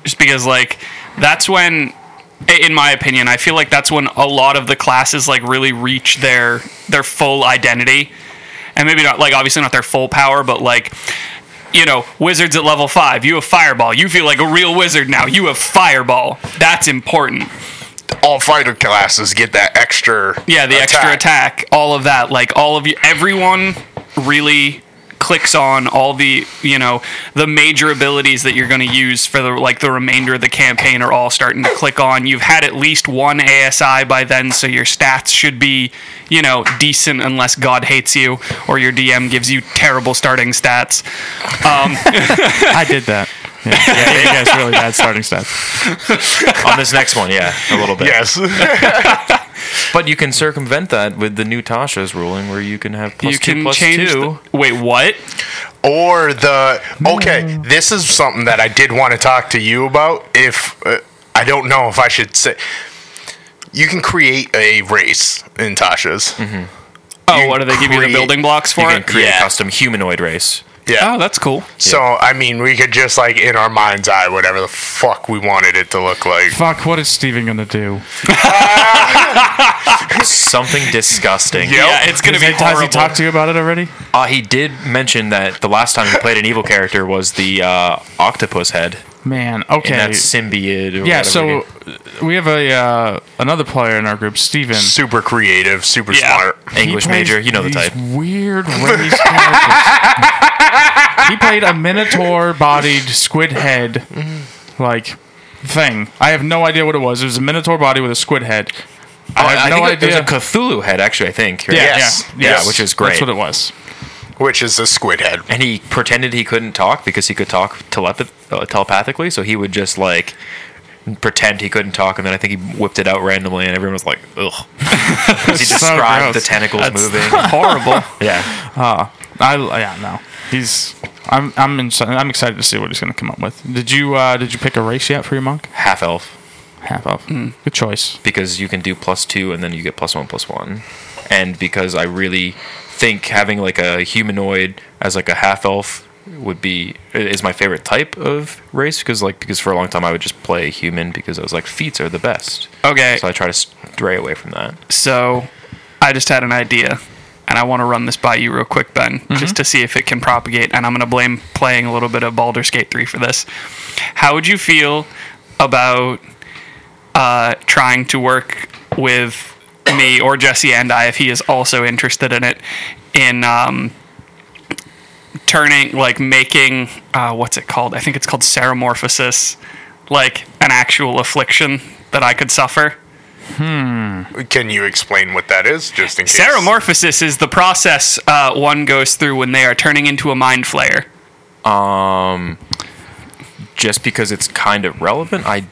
S7: just because like that's when, i- in my opinion, I feel like that's when a lot of the classes like really reach their their full identity, and maybe not like obviously not their full power, but like. You know, wizards at level five. You have fireball. You feel like a real wizard now. You have fireball. That's important.
S5: All fighter classes get that extra.
S7: Yeah, the extra attack, all of that, like all of you, everyone really clicks on all the you know the major abilities that you're going to use for the like the remainder of the campaign are all starting to click on you've had at least one asi by then so your stats should be you know decent unless god hates you or your dm gives you terrible starting stats
S4: I did that. Yeah, yeah you guys really bad starting stats.
S6: on this next one, yeah, a little bit.
S5: Yes.
S6: But you can circumvent that with the new Tasha's ruling, where you can have plus
S7: you
S6: two
S7: can
S6: plus
S7: change
S6: two.
S7: the- wait what
S5: or the okay this is something that i did want to talk to you about if uh, i don't know if i should say you can create a race in tasha's
S7: oh what do they give you the
S5: create-
S7: building blocks for
S6: you can
S7: it
S6: create
S5: Yeah.
S6: a custom humanoid race.
S5: yeah
S7: oh that's cool
S5: so i mean we could just like in our mind's eye whatever the fuck we wanted it to look like
S4: Fuck, what is Steven gonna do?
S6: Something disgusting.
S7: yeah it's going to
S4: Has he-
S7: be
S4: has
S7: horrible
S4: he talked to you about it already?
S6: Uh, he did mention that the last time he played an evil character was the uh, octopus head,
S4: Man, okay.
S6: and that's symbiote. Or
S4: yeah,
S6: whatever
S4: so
S6: it
S4: uh, we have a uh, another player in our group, Steven.
S5: super creative super
S7: Yeah.
S5: smart
S6: is. English
S4: He plays
S6: major, you know the
S4: these
S6: type.
S4: Weird race characters. he played a minotaur-bodied squid head, like thing. I have no idea what it was. It was a minotaur body with a squid head. I have
S6: I
S4: no
S6: think
S4: idea.
S6: There's a Cthulhu head, actually. I think. right?
S4: yeah,
S5: Yes.
S4: yeah,
S5: Yes.
S6: Yeah, which is great.
S4: That's what it was.
S5: which is the squid head
S6: and he pretended he couldn't talk because he could talk telepath- uh, telepathically. So he would just like pretend he couldn't talk, and then I think he whipped it out randomly, and everyone was like, "Ugh." 'Cause he
S4: So
S6: described the
S4: gross.
S6: tentacles moving.
S4: Horrible.
S6: yeah,
S4: I yeah no. He's I'm I'm in, I'm excited to see what he's going to come up with. Did you uh, did you pick a race yet for your monk?
S6: half elf
S4: Half elf.
S6: Hmm.
S4: Good choice.
S6: because you can do plus two, and then you get plus one, plus one, and because I really think having like a humanoid as like a half elf would be is my favorite type of race because like because for a long time I would just play human because I was like feats are the best.
S7: okay
S6: So I try to stray away from that.
S7: So I just had an idea, and I want to run this by you real quick, Ben, just to see if it can propagate. And I'm going to blame playing a little bit of Baldur's Gate 3 for this. How would you feel about uh, trying to work with me or Jesse and I, if he is also interested in it, in um, turning, like making, uh, what's it called? I think it's called seromorphosis, like an actual affliction that I could suffer?
S5: can you explain what that is just in case
S7: Seromorphosis is the process uh, one goes through when they are turning into a mind flayer.
S6: just because it's kind of relevant, I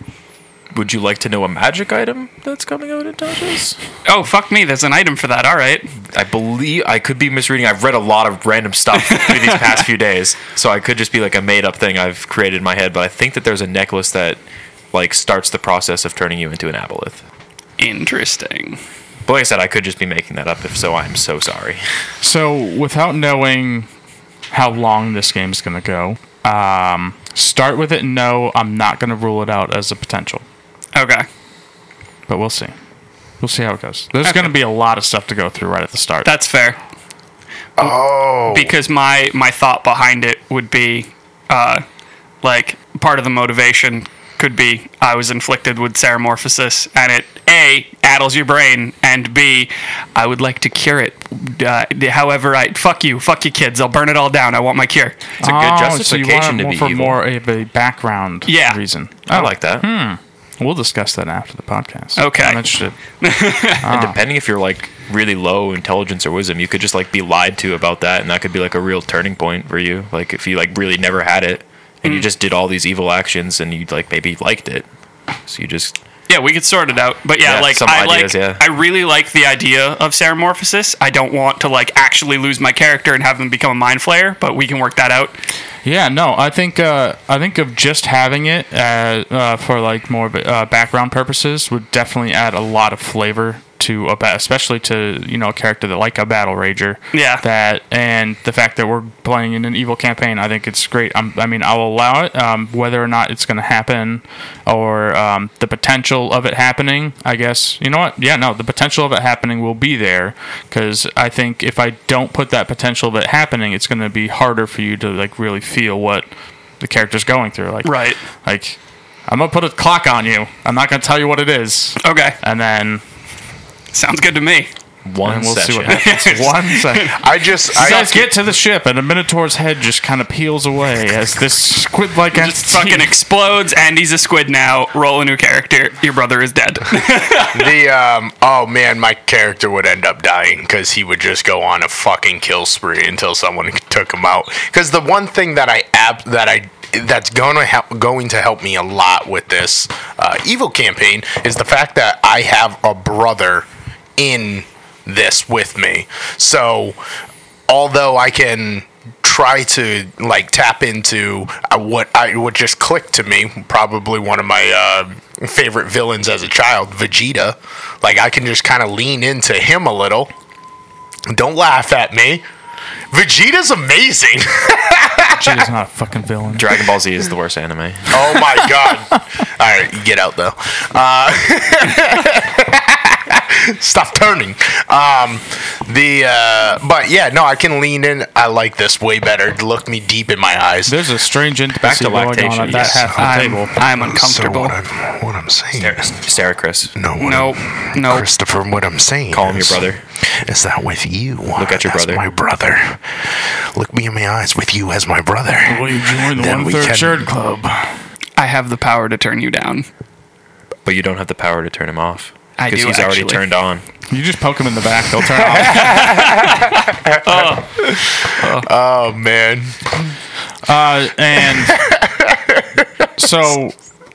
S6: would you like to know a magic item that's coming out in Tasha's?
S7: Oh fuck me! There's an item for that. All right.
S6: I believe I could be misreading. I've read a lot of random stuff through these past few days, so I could just be like a made up thing I've created in my head. But I think that there's a necklace that like starts the process of turning you into an aboleth.
S7: Interesting.
S6: But like I said, I could just be making that up. If so, I'm so sorry.
S4: So without knowing how long this game's going to go, um, start with it. No, I'm not going to rule it out as a potential,
S7: Okay.
S4: but we'll see. We'll see how it goes. There's going to be a lot of stuff to go through right at the start.
S7: That's fair.
S5: oh
S7: Because my my thought behind it would be, uh, like part of the motivation could be I was inflicted with seromorphosis, and it a addles your brain, and b I would like to cure it. Uh, however, I fuck you, fuck you, kids. I'll burn it all down. I want my cure.
S6: It's a good
S4: Ah.
S6: justification
S4: so you want it
S6: to
S4: more
S6: be
S4: for
S6: evil.
S4: more of a background
S7: Yeah.
S4: reason.
S6: I like that.
S4: hmm. We'll discuss that after the podcast.
S7: Okay.
S4: I'm interested.
S6: And depending if you're like really low intelligence or wisdom, you could just like be lied to about that, and that could be like a real turning point for you. Like if you like really
S4: Hmm.
S6: never had it, and you just did all these evil actions, and you like maybe liked it, so you just
S7: yeah, we could sort it out. But yeah,
S6: Yeah,
S7: like
S6: some
S7: I
S6: ideas,
S7: like
S6: yeah.
S7: I really like the idea of Saramorphosis. I don't want to like actually lose my character and have them become a mind flayer, but we can work that out.
S4: Yeah, no, I think uh, I think of just having it uh, uh, for like more of, uh, background purposes would definitely add a lot of flavor to a ba- especially to you know a character that like a battle rager.
S7: Yeah.
S4: that and the fact that we're playing in an evil campaign, I think it's great. I'm, I mean, I'll allow it. Um, whether or not it's going to happen, or um, the potential of it happening, I guess you know what? Yeah, no, the potential of it happening will be there because I think if I don't put that potential of it happening, it's going to be harder for you to like really feel what the character's going through. Like
S7: Right.
S4: like I'm gonna put a clock on you. I'm not gonna tell you what it is,
S7: Okay.
S4: and then
S7: Sounds good to me.
S6: One
S4: and we'll
S6: session.
S4: see what happens. One second.
S5: I just,
S4: You
S5: I,
S4: guys get to the ship, and the Minotaur's head just kind of peels away as this squid-like
S7: Just fucking
S4: entity.
S7: explodes. Andy's a squid now. Roll a new character. Your brother is dead.
S5: the um, oh man, my character would end up dying because he would just go on a fucking kill spree until someone took him out. Because the one thing that I ab- that I that's gonna help going to help me a lot with this uh, evil campaign is the fact that I have a brother in this with me. So although I can try to like tap into uh, what I what just clicked to me, probably one of my uh, favorite villains as a child, Vegeta. Like I can just kind of lean into him a little. Don't laugh at me. Vegeta's amazing.
S4: Vegeta's not a fucking villain.
S6: Dragon Ball Z is the worst anime.
S5: oh my god! All right, you get out though. Uh, stop turning. Um, the uh, but yeah, no, I can lean in. I like this way better. Look me deep in my eyes.
S4: There's a strange intimacy
S6: to
S4: going on
S6: lactation,
S4: at that
S6: yes.
S4: half the
S7: I'm,
S4: table.
S7: I'm uncomfortable.
S5: So what I'm, what I'm saying,
S6: Sarah Chris.
S5: no, what
S7: no,
S5: I'm-
S7: no.
S5: Christopher, what I'm saying,
S6: Call him your
S5: is-
S6: brother.
S5: Is that with you? Look
S6: at your brother.
S5: my brother. Look me in my eyes with you as my brother.
S4: Will you join the
S5: Then we
S4: one-third
S5: can-
S4: shirt club?
S7: I have the power to turn you down.
S6: But you don't have the power to turn him off.
S7: I
S6: Because
S7: do,
S6: he's already
S7: actually.
S6: turned on.
S4: You just poke him in the back; they'll turn off.
S5: Oh man,
S4: Uh, and so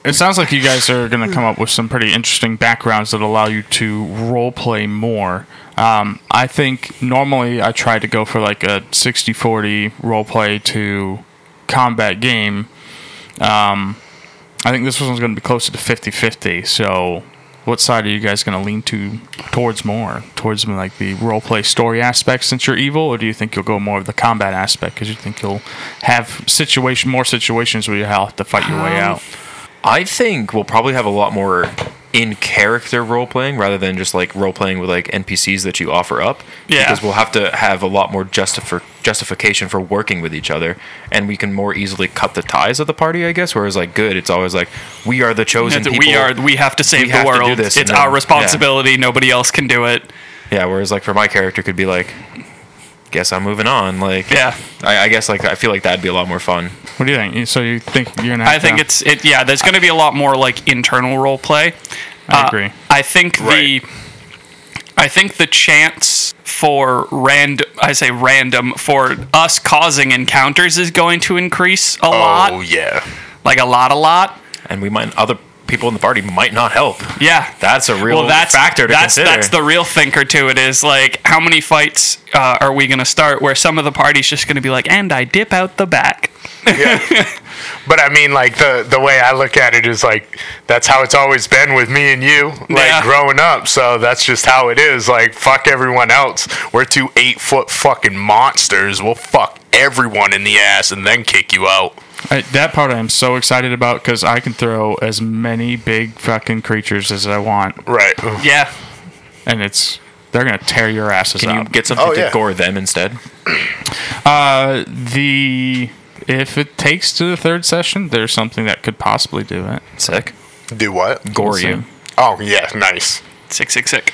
S4: it sounds like you guys are going to come up with some pretty interesting backgrounds that allow you to role play more. Um, I think normally I try to go for like a 60 40 role play to combat game. Um, I think this one's going to be closer to 50 50. So. What side are you guys going to lean to towards more? Towards like the role play story aspect since you're evil, or do you think you'll go more of the combat aspect because you think you'll have situation more situations where you have to fight your way out?
S6: I think we'll probably have a lot more in character role playing rather than just like role playing with like NPCs that you offer up.
S7: Yeah.
S6: Because we'll have to have a lot more justifi- justification for working with each other, and we can more easily cut the ties of the party, I guess. Whereas like good, it's always like we are the chosen
S7: That
S6: people.
S7: we are. We have to save the
S6: have to do
S7: world.
S6: this,
S7: it's
S6: and
S7: our
S6: then-
S7: responsibility. Nobody else can do it.
S6: Yeah. Whereas like for my character could be like, guess I'm moving on. Like
S7: Yeah.
S6: I, I guess like I feel like that'd be a lot more fun.
S4: What do you think? You- So you think you're gonna? Have
S7: I think
S4: to-
S7: it's it. Yeah, there's going to be a lot more like internal role play.
S4: I
S7: uh,
S4: agree.
S7: I think the I think the chance for random I say random for us causing encounters is going to increase a
S5: oh
S7: lot.
S5: yeah.
S7: Like a lot, a lot.
S6: And we might other people in the party might not help.
S7: Yeah.
S6: That's a real
S7: well, that's
S6: factor to
S7: that's
S6: consider.
S7: that's the real thinker to it is like how many fights uh, are we going to start where some of the party's just going to be like and I dip out the back.
S5: But I mean, like the the way I look at it is like that's how it's always been with me and you, like
S7: Yeah.
S5: growing up. So that's just how it is. Like fuck everyone else. We're two eight foot fucking monsters. We'll fuck everyone in the ass and then kick you out.
S4: I, that part I'm so excited about because I can throw as many big fucking creatures as I want,
S5: Right.
S7: Yeah.
S4: and it's they're gonna tear your asses
S6: Can you
S4: up.
S6: get something
S5: Oh,
S6: to
S5: yeah.
S6: gore them instead?
S4: uh, the if it takes to the third session, there's something that could possibly do it.
S6: Sick.
S5: Do what?
S6: Gore
S4: So-
S6: you.
S5: Oh yeah, nice.
S7: Sick sick sick.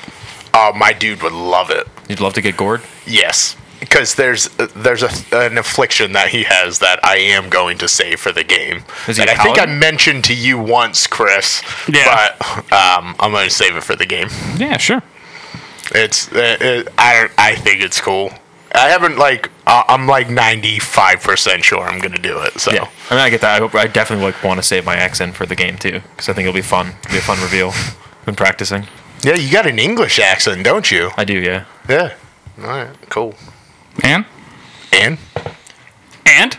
S5: Oh, my dude would love it.
S6: You'd love to get gored.
S5: Yes, because there's there's a, an affliction that he has that I am going to save for the game.
S6: Is he
S5: that
S6: a
S5: I think I
S6: paladin?
S5: mentioned to you once, Chris.
S7: Yeah.
S5: But um, I'm going to save it for the game.
S4: Yeah, sure.
S5: It's uh, it, I I think it's cool. I haven't like uh, I'm like 95% sure I'm going to do it. So
S6: Yeah, Oh. I mean, I get that. I hope I definitely like want to save my accent for the game too, because I think it'll be fun. It'll be a fun reveal. Been practicing.
S5: yeah, you got an English accent, don't you?
S6: I do, yeah.
S5: Yeah. All right. Cool.
S4: And
S5: And
S7: And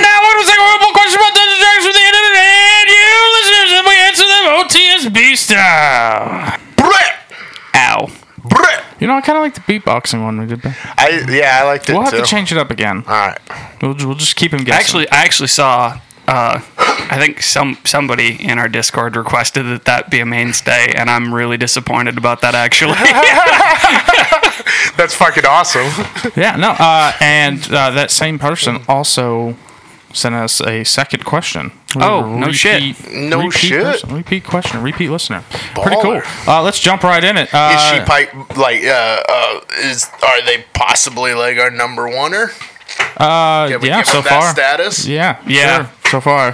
S4: that one was a horrible question about Dungeon Dragons from the internet, and you listeners, and we answer them OTSB style.
S5: Brett.
S7: ow.
S5: Brett.
S4: You know, I kind of like the beatboxing one we did. There.
S5: I yeah, I liked it
S4: We'll have
S5: too.
S4: to change it up again.
S5: All right.
S4: We'll, we'll just keep him guessing.
S7: Actually, I actually saw. Uh, I think some somebody in our Discord requested that that be a mainstay, and I'm really disappointed about that. Actually,
S5: That's fucking awesome.
S4: yeah, no. Uh, and uh, that same person also sent us a second question. We
S7: Oh,
S4: were
S7: no shit.
S5: No
S4: repeat
S5: shit.
S4: person- repeat question. Repeat listener. Pretty cool.
S5: Baller.
S4: Uh, let's jump right in it. Uh,
S5: Is she pipe like uh, uh is are they possibly like our number oneer?
S4: uh,
S5: Can we
S4: yeah,
S5: give
S4: so
S5: them that
S4: far.
S5: status?
S4: Yeah,
S7: Yeah.
S4: sure, so far.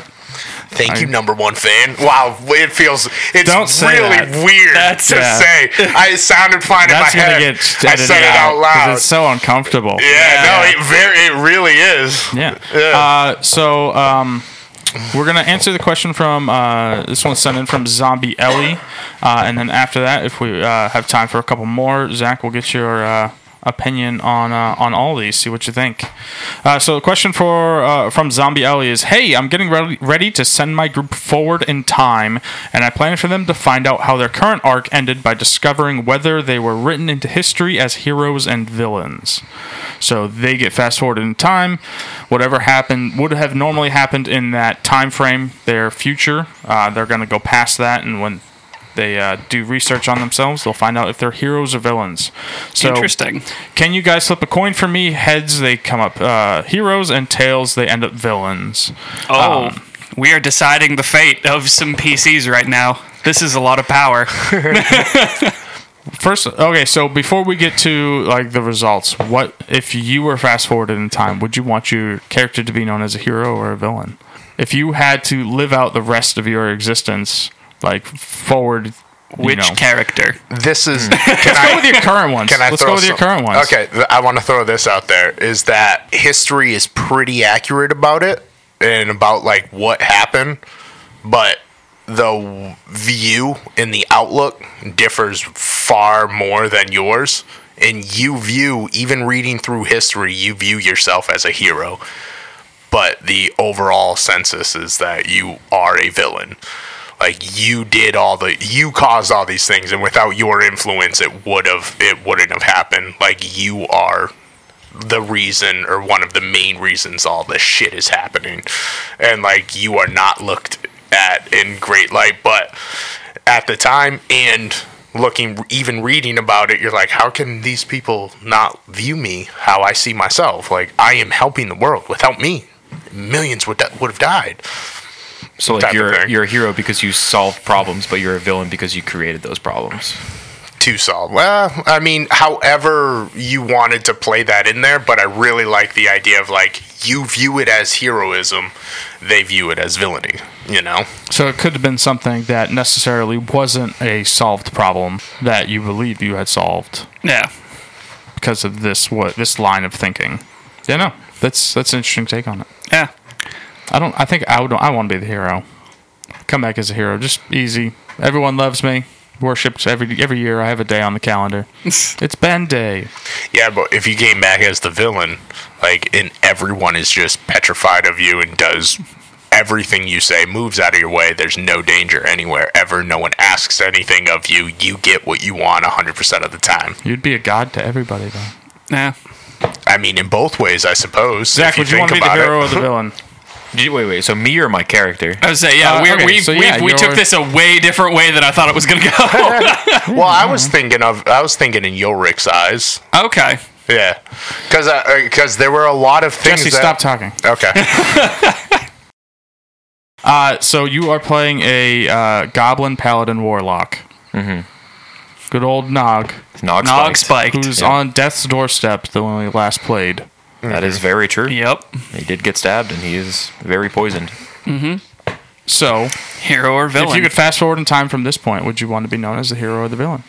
S5: Thank you, number one fan. Wow, it feels it's
S4: Don't say
S5: really
S4: that.
S5: weird
S4: That's-
S5: to
S4: yeah.
S5: say. I it sounded fine
S4: That's
S5: in my
S4: gonna
S5: head.
S4: get
S5: I
S4: edited
S5: said it out,
S4: 'cause
S5: loud.
S4: It's so uncomfortable.
S5: yeah, no, it very it really is.
S4: Yeah.
S5: Yeah.
S4: Uh, so um, we're gonna answer the question from uh, this one sent in from Zombie Ellie, uh, and then after that, if we uh, have time for a couple more, Zach will get your uh, opinion on uh, on all these. See what you think. Uh, so the question for uh, from Zombie Ellie is: Hey, I'm getting ready, ready to send my group forward in time, and I plan for them to find out how their current arc ended by discovering whether they were written into history as heroes and villains. So they get fast forwarded in time. Whatever happened would have normally happened in that time frame, their future, uh, they're going to go past that. And when they uh, do research on themselves, they'll find out if they're heroes or villains. So
S7: interesting.
S4: Can you guys flip a coin for me? Heads, they come up uh, heroes, and tails, they end up villains.
S7: Oh,
S4: Um,
S7: we are deciding the fate of some PCs right now. This is a lot of power.
S4: First, okay, so before we get to like the results, what if you were fast forwarded in time? Would you want your character to be known as a hero or a villain? If you had to live out the rest of your existence, like forward, you
S7: Which
S4: know.
S7: character?
S5: This is can
S4: Let's go
S5: I
S4: with your current ones.
S5: Can I
S4: Let's
S5: throw
S4: go with your
S5: some-
S4: current ones.
S5: Okay, th- I want to throw this out there: is that history is pretty accurate about it and about like what happened, but the view and the outlook differs far more than yours. And you view, even reading through history, you view yourself as a hero, but the overall census is that you are a villain like you did all the you caused all these things and without your influence it would have it wouldn't have happened like you are the reason or one of the main reasons all this shit is happening and like you are not looked at in great light but at the time and looking even reading about it you're like how can these people not view me how i see myself like i am helping the world without me millions would would have died
S6: So
S5: Type
S6: like
S5: of
S6: you're
S5: thing.
S6: you're a hero because you solve problems, but you're a villain because you created those problems.
S5: too solid. Well, I mean, however you wanted to play that in there, but I really like the idea of like you view it as heroism, they view it as villainy. You know?
S4: So it could have been something that necessarily wasn't a solved problem that you believe you had solved
S7: Yeah.
S4: because of this what this line of thinking. Yeah, no, that's that's an interesting take on it.
S7: Yeah.
S4: I don't. I think I would. I want to be the hero. Come back as a hero. Just easy. Everyone loves me. Worships every every year. I have a day on the calendar. it's Ben Day.
S5: Yeah, but if you came back as the villain, like, and everyone is just petrified of you and does everything you say, moves out of your way, there's no danger anywhere ever. No one asks anything of you. You get what you want 100% of the time.
S4: You'd be a god to everybody though.
S7: Yeah.
S5: I mean, in both ways, I suppose.
S4: Zach,
S5: if you
S4: would you,
S5: think
S4: want to be the
S5: about it.
S4: hero or the villain?
S6: Did you- wait, wait. So me or my character?
S7: I would say, yeah,
S4: Uh,
S7: we're,
S4: okay,
S7: we,
S4: so
S7: we,
S4: yeah,
S7: we took
S4: you're-
S7: this a way different way than I thought it was going to go.
S5: Well, I was thinking of I was thinking in Yorick's eyes.
S7: okay.
S5: Yeah, because because there were a lot of things.
S4: Jesse, stop
S5: that,
S4: talking.
S5: Okay.
S4: Uh, so you are playing a uh, goblin paladin warlock. Mm-hmm. Good old Nog,
S6: Nog,
S7: Nog
S6: spiked.
S7: spiked.
S4: who's on death's doorstep the one we last played.
S6: That is very true.
S7: Yep.
S6: He did get stabbed, and he is very poisoned.
S4: So,
S7: Hero or villain.
S4: if you could fast forward in time from this point, would you want to be known as the hero or the villain?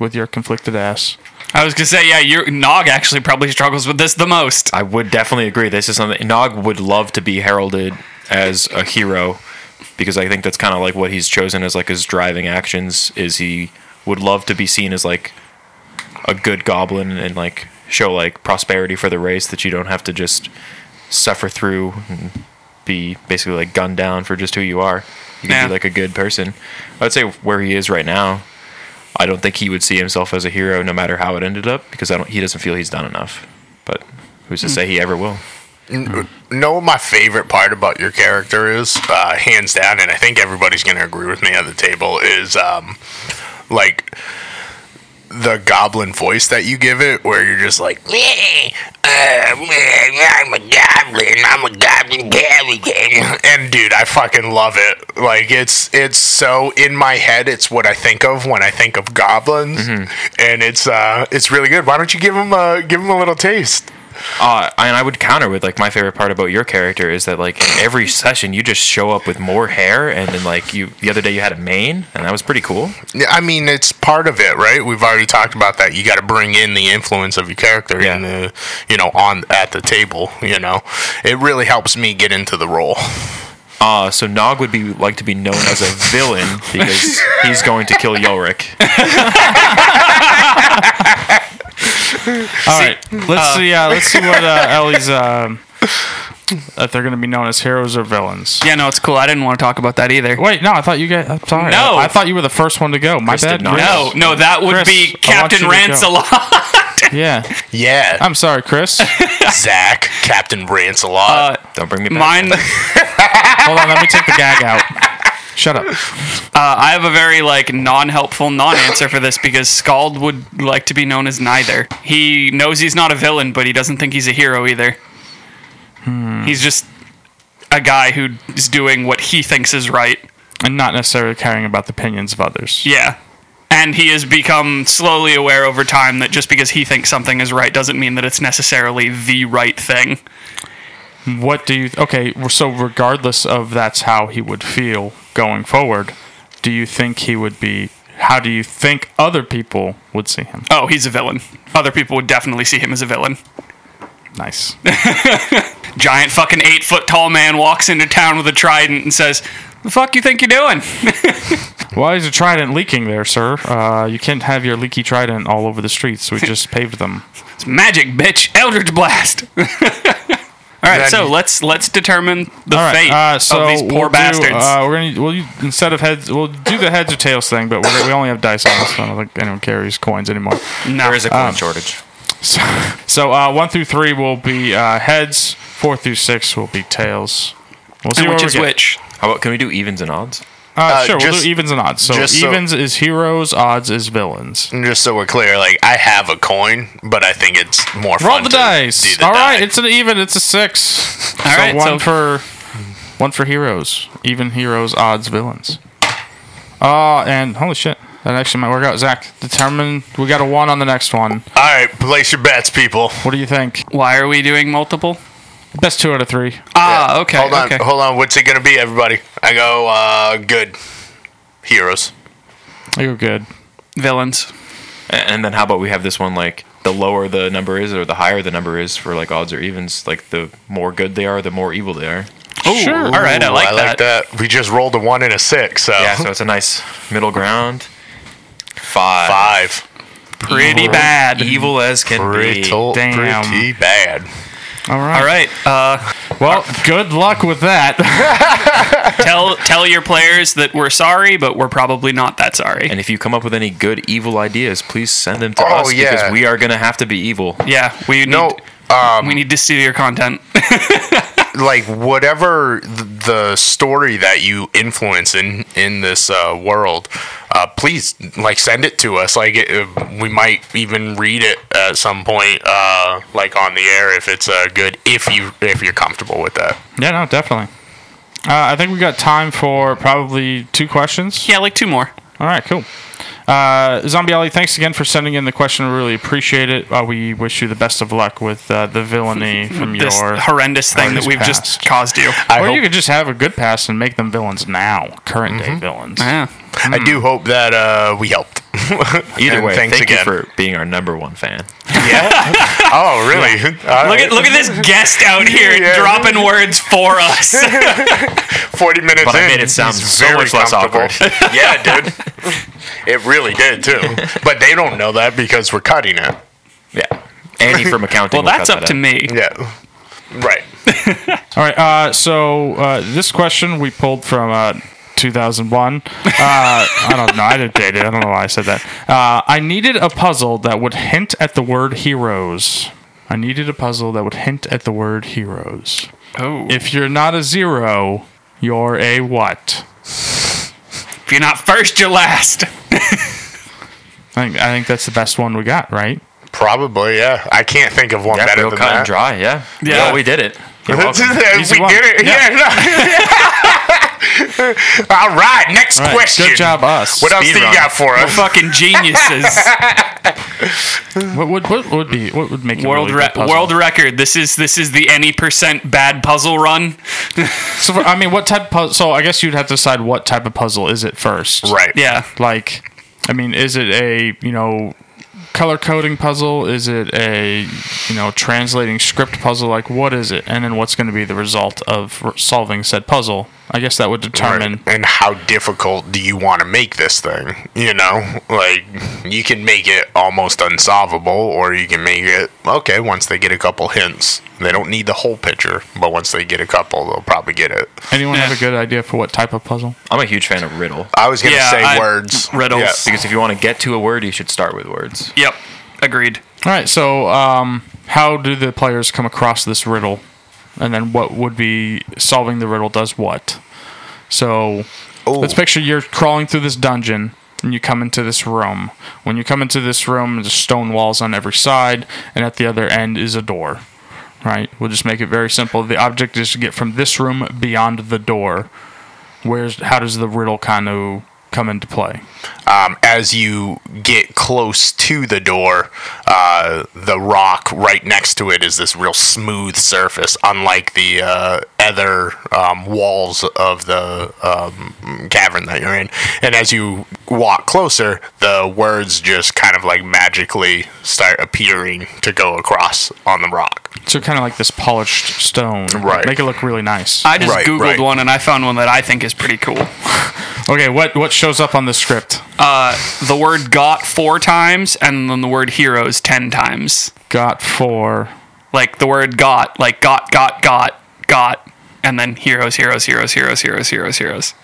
S4: with your conflicted ass.
S7: I was gonna say, yeah, your Nog actually probably struggles with this the most.
S6: I would definitely agree. This is something Nog would love to be heralded as a hero because I think that's kind of like what he's chosen as like his driving actions is he would love to be seen as like a good goblin and like show like prosperity for the race that you don't have to just suffer through and be basically like gunned down for just who you are. You can
S7: Yeah.
S6: be like a good person. I would say where he is right now, I don't think he would see himself as a hero no matter how it ended up because I don't he doesn't feel he's done enough. But who's to say he ever will?
S5: know what my favorite part about your character is, uh, hands down, and I think everybody's going to agree with me at the table is um, like the goblin voice that you give it, where you're just like, "Meh, uh, meh, I'm a goblin, I'm a goblin goblin," and dude, I fucking love it. Like it's it's so in my head. It's what I think of when I think of goblins, and it's uh it's really good. Why don't you give him a give him a little taste?
S6: Uh, and I would counter with like my favorite part about your character is that like in every session you just show up with more hair and then like you the other day you had a mane and that was pretty cool.
S5: Yeah, I mean, it's part of it, right? We've already talked about that. You got to bring in the influence of your character,
S6: Yeah.
S5: in the, you know, on at the table. You know, it really helps me get into the role.
S6: Uh, so Nog would be like to be known as a villain because he's going to kill Yorick.
S4: All right,
S7: hmm.
S4: let's see. Uh, let's see what uh, Ellie's. Um, that they're going to be known as heroes or villains.
S7: Yeah, no, it's cool. I didn't want to talk about that either.
S4: Wait, no, I thought you guys. I'm sorry.
S7: No.
S4: I, I thought you were the first one to go. My
S6: Chris
S4: bad.
S6: did not.
S7: No, no, that would
S4: Chris,
S7: be
S4: I want
S7: Captain
S4: you to go.
S7: Rancelot.
S4: Yeah,
S5: Yeah,
S4: I'm sorry, Chris.
S5: Zach, Captain Rancelot.
S6: Don't bring me back.
S7: Mine, uh,
S4: Hold on, let me take the gag out. Shut up.
S7: I have a very like non-helpful non-answer for this because Scald would like to be known as neither. He knows he's not a villain, but he doesn't think he's a hero either.
S4: Hmm.
S7: He's just a guy who is doing what he thinks is right.
S4: And not necessarily caring about the opinions of others.
S7: Yeah. And he has become slowly aware over time that just because he thinks something is right doesn't mean that it's necessarily the right thing.
S4: What do you? Okay, so regardless of that's how he would feel going forward, do you think he would be? How do you think other people would see him?
S7: Oh, he's a villain. Other people would definitely see him as a villain.
S4: Nice.
S7: Giant fucking eight foot tall man walks into town with a trident and says, The fuck you think you're doing?
S4: Why is your trident leaking there, sir? Uh, you can't have your leaky trident all over the streets. We just paved them.
S7: It's magic, bitch. Eldritch blast. All right,
S5: Then-
S7: so let's let's determine the
S4: All right.
S7: fate
S4: uh, so
S7: of these poor
S4: we'll do,
S7: bastards.
S4: uh, we're gonna we'll, u- instead of heads, we'll do the heads or tails thing. But we're, we only have dice on this. so I don't think anyone carries coins anymore.
S6: There is a coin shortage.
S4: So, so uh, one through three will be uh, heads. Four through six will be tails. We'll see
S7: and
S4: where
S7: which
S4: we
S7: is
S4: get.
S7: which?
S6: How about can we do evens and odds?
S4: Uh, sure, we'll
S5: just-
S4: do evens and odds. So
S5: just so-
S4: evens is heroes, odds is villains.
S5: And Just so we're clear, like I have a coin, but I think it's more
S4: Roll
S5: fun
S4: the
S5: to
S4: dice.
S5: do the
S4: All right,
S5: die.
S4: it's an even. It's a six.
S7: All right,
S4: one for
S7: so-
S4: one for heroes, even heroes, odds villains. Uh, and holy shit, that actually might work out. Zach, determine. We got a one on the next one.
S5: All right, place your bets, people.
S4: What do you think?
S7: Why are we doing multiple?
S4: Best two out of three.
S7: Ah,
S5: Yeah.
S7: okay.
S5: Hold on,
S7: okay.
S5: hold on. What's it gonna be, everybody? I go uh, good heroes.
S4: You're good.
S7: Villains.
S6: A- And then how about we have this one like the lower the number is or the higher the number is for like odds or evens, like the more good they are, the more evil they are.
S7: Oh, sure. All right, I
S5: Ooh,
S7: like
S5: I
S7: that.
S5: like that. We just rolled a one and a six, so
S6: Yeah, so it's a nice middle ground. Five.
S5: five.
S7: Pretty bad.
S6: Evil as can
S5: Pretty,
S6: be.
S4: Damn.
S5: pretty bad.
S4: All right.
S7: All right. Uh,
S4: Well, good luck with that.
S7: tell tell your players that we're sorry, but we're probably not that sorry.
S6: And if you come up with any good evil ideas, please send them to
S5: Oh,
S6: us
S5: yeah.
S6: because we are going to have to be evil.
S7: yeah, we need
S5: No, um,
S7: we need to see your content.
S5: like whatever th- the story that you influence in in this uh, world, uh, please like send it to us. Like it, it- we might even read it at some point, uh, like on the air if it's uh, good. If you if you're comfortable with that,
S4: yeah, no, definitely. Uh, I think we got time for probably two questions.
S7: yeah, like two more.
S4: All right, cool. Uh, Zombie Alley, thanks again for sending in the question. We really appreciate it. Uh, we wish you the best of luck with uh, the villainy from
S7: This
S4: your.
S7: horrendous thing that
S4: hardest
S7: we've
S4: past.
S7: just caused
S5: I
S7: you.
S4: or
S5: hope Mm-hmm.
S4: you could just have a good pass and make them villains now, current day villains.
S7: Yeah.
S5: I do hope that uh, we helped.
S6: Either
S5: And
S6: way,
S5: thanks
S6: thank
S5: again.
S6: you for being our number one fan.
S5: Oh, really? All
S7: Look at
S5: right.
S7: look at this guest out here
S5: Yeah.
S7: dropping words for us.
S5: 40 minutes
S6: But
S5: in.
S6: I made it sound
S5: he's
S6: so
S5: very
S6: much less
S5: comfortable.
S6: awkward.
S5: yeah, dude. It really did, too. But they don't know that because we're cutting it.
S6: Yeah, Andy from accounting.
S7: well,
S6: will
S7: that's
S6: cut that
S7: up to me.
S5: Yeah. Right.
S4: All right. Uh, so uh, this question we pulled from uh, 2001. Uh, I don't know. I didn't date it. I don't know why I said that. Uh, I needed a puzzle that would hint at the word heroes. I needed a puzzle that would hint at the word heroes.
S7: Oh, if
S4: If you're not a zero, you're a what?
S7: you're not first, you're last.
S4: I think, I think that's the best one we got, right?
S5: Probably, yeah. I can't think of one
S6: Yeah,
S5: better
S6: real
S5: than
S6: cut and
S5: that.
S6: dry. Yeah,
S7: Yeah.
S6: yeah, we did it. You're welcome.
S5: we
S4: one.
S5: did it. Yeah. no. All right. Next
S4: All right,
S5: question.
S4: Good job, us.
S5: What else do you
S6: Speedrun.
S5: got for us?
S7: Fucking geniuses.
S4: What would what would be what would make it
S7: world
S4: really good
S7: re-
S4: puzzle?
S7: world record. This is this is the any percent bad puzzle run.
S4: So for- I mean, what type of puzzle? So I guess you'd have to decide what type of puzzle is it first,
S5: Right.
S7: Yeah.
S4: Like, I mean, is it a you know color coding puzzle? Is it a you know translating script puzzle? Like, what is it? And then what's going to be the result of r- solving said puzzle? I guess that would
S5: Right.
S4: determine.
S5: And how difficult do you want to make this thing? You know, like you can make it almost unsolvable, or you can make it okay once they get a couple hints. They don't need the whole picture, but once they get a couple, they'll probably get it.
S4: Anyone have a good idea for what type of puzzle?
S6: I'm a huge fan of riddle
S5: I was gonna
S7: Yeah,
S5: say
S7: I-
S5: words,
S7: riddles.
S5: Yeah.
S6: because if you want to get to a word, you should start with words.
S7: Yep. Agreed.
S4: All right. So, um, how do the players come across this riddle? And then what would be solving the riddle does what? So,
S5: Ooh.
S4: Let's picture you're crawling through this dungeon and you come into this room. When you come into this room, there's stone walls on every side, and at the other end is a door. Right? We'll just make it very simple. The object is to get from this room beyond the door. Where's how does the riddle kind of come into play?
S5: um, as you get close to the door, uh, the rock right next to it is this real smooth surface, unlike the uh, other um, walls of the um, cavern that you're in. And as you walk closer, the words just kind of like magically start appearing to go across on the rock.
S4: So kind of like this polished stone.
S5: Right.
S4: Make it look really nice.
S7: I just
S5: Right,
S7: googled
S5: right.
S7: one and I found one that I think is pretty cool.
S4: Okay, what what shows up on the script?
S7: The word "got" four times, and then the word "heroes" ten times.
S4: Got four.
S7: Like the word "got," like "got," "got," "got," "got," and then "heroes," "heroes," "heroes," "heroes," "heroes," "heroes," "heroes."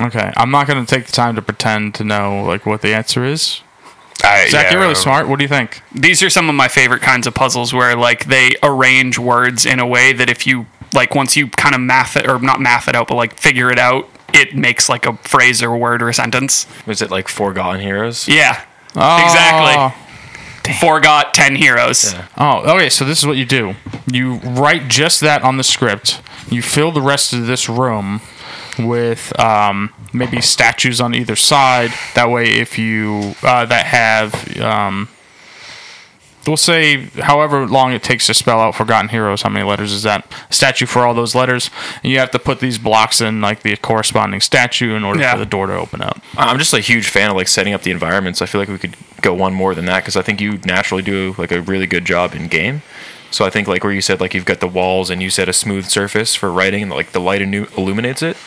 S4: Okay. I'm not gonna take the time to pretend to know like what the answer is.
S5: I, uh,
S4: Zach, you're
S5: yeah,
S4: really smart. What do you think?
S7: these are some of my favorite kinds of puzzles where like they arrange words in a way that if you like once you kind of math it or not math it out but like figure it out it makes like a phrase or a word or a sentence
S6: Was it like Forgotten Heroes?
S7: yeah
S4: Oh.
S7: exactly forgot 10 heroes
S4: Oh, okay. So this is what you do: you write just that on the script. You fill the rest of this room with um, maybe statues on either side. That way, if you uh, that have, um, we'll say however long it takes to spell out "Forgotten Heroes." How many letters is that? A statue for all those letters. And you have to put these blocks in like the corresponding statue in order
S7: Yeah.
S4: for the door to open up.
S6: I- I'm just a huge fan of like setting up the environments. I feel like we could go one more than that because I think you naturally do like a really good job in game. So I think like where you said like you've got the walls and you said a smooth surface for writing and like the light illu- illuminates it.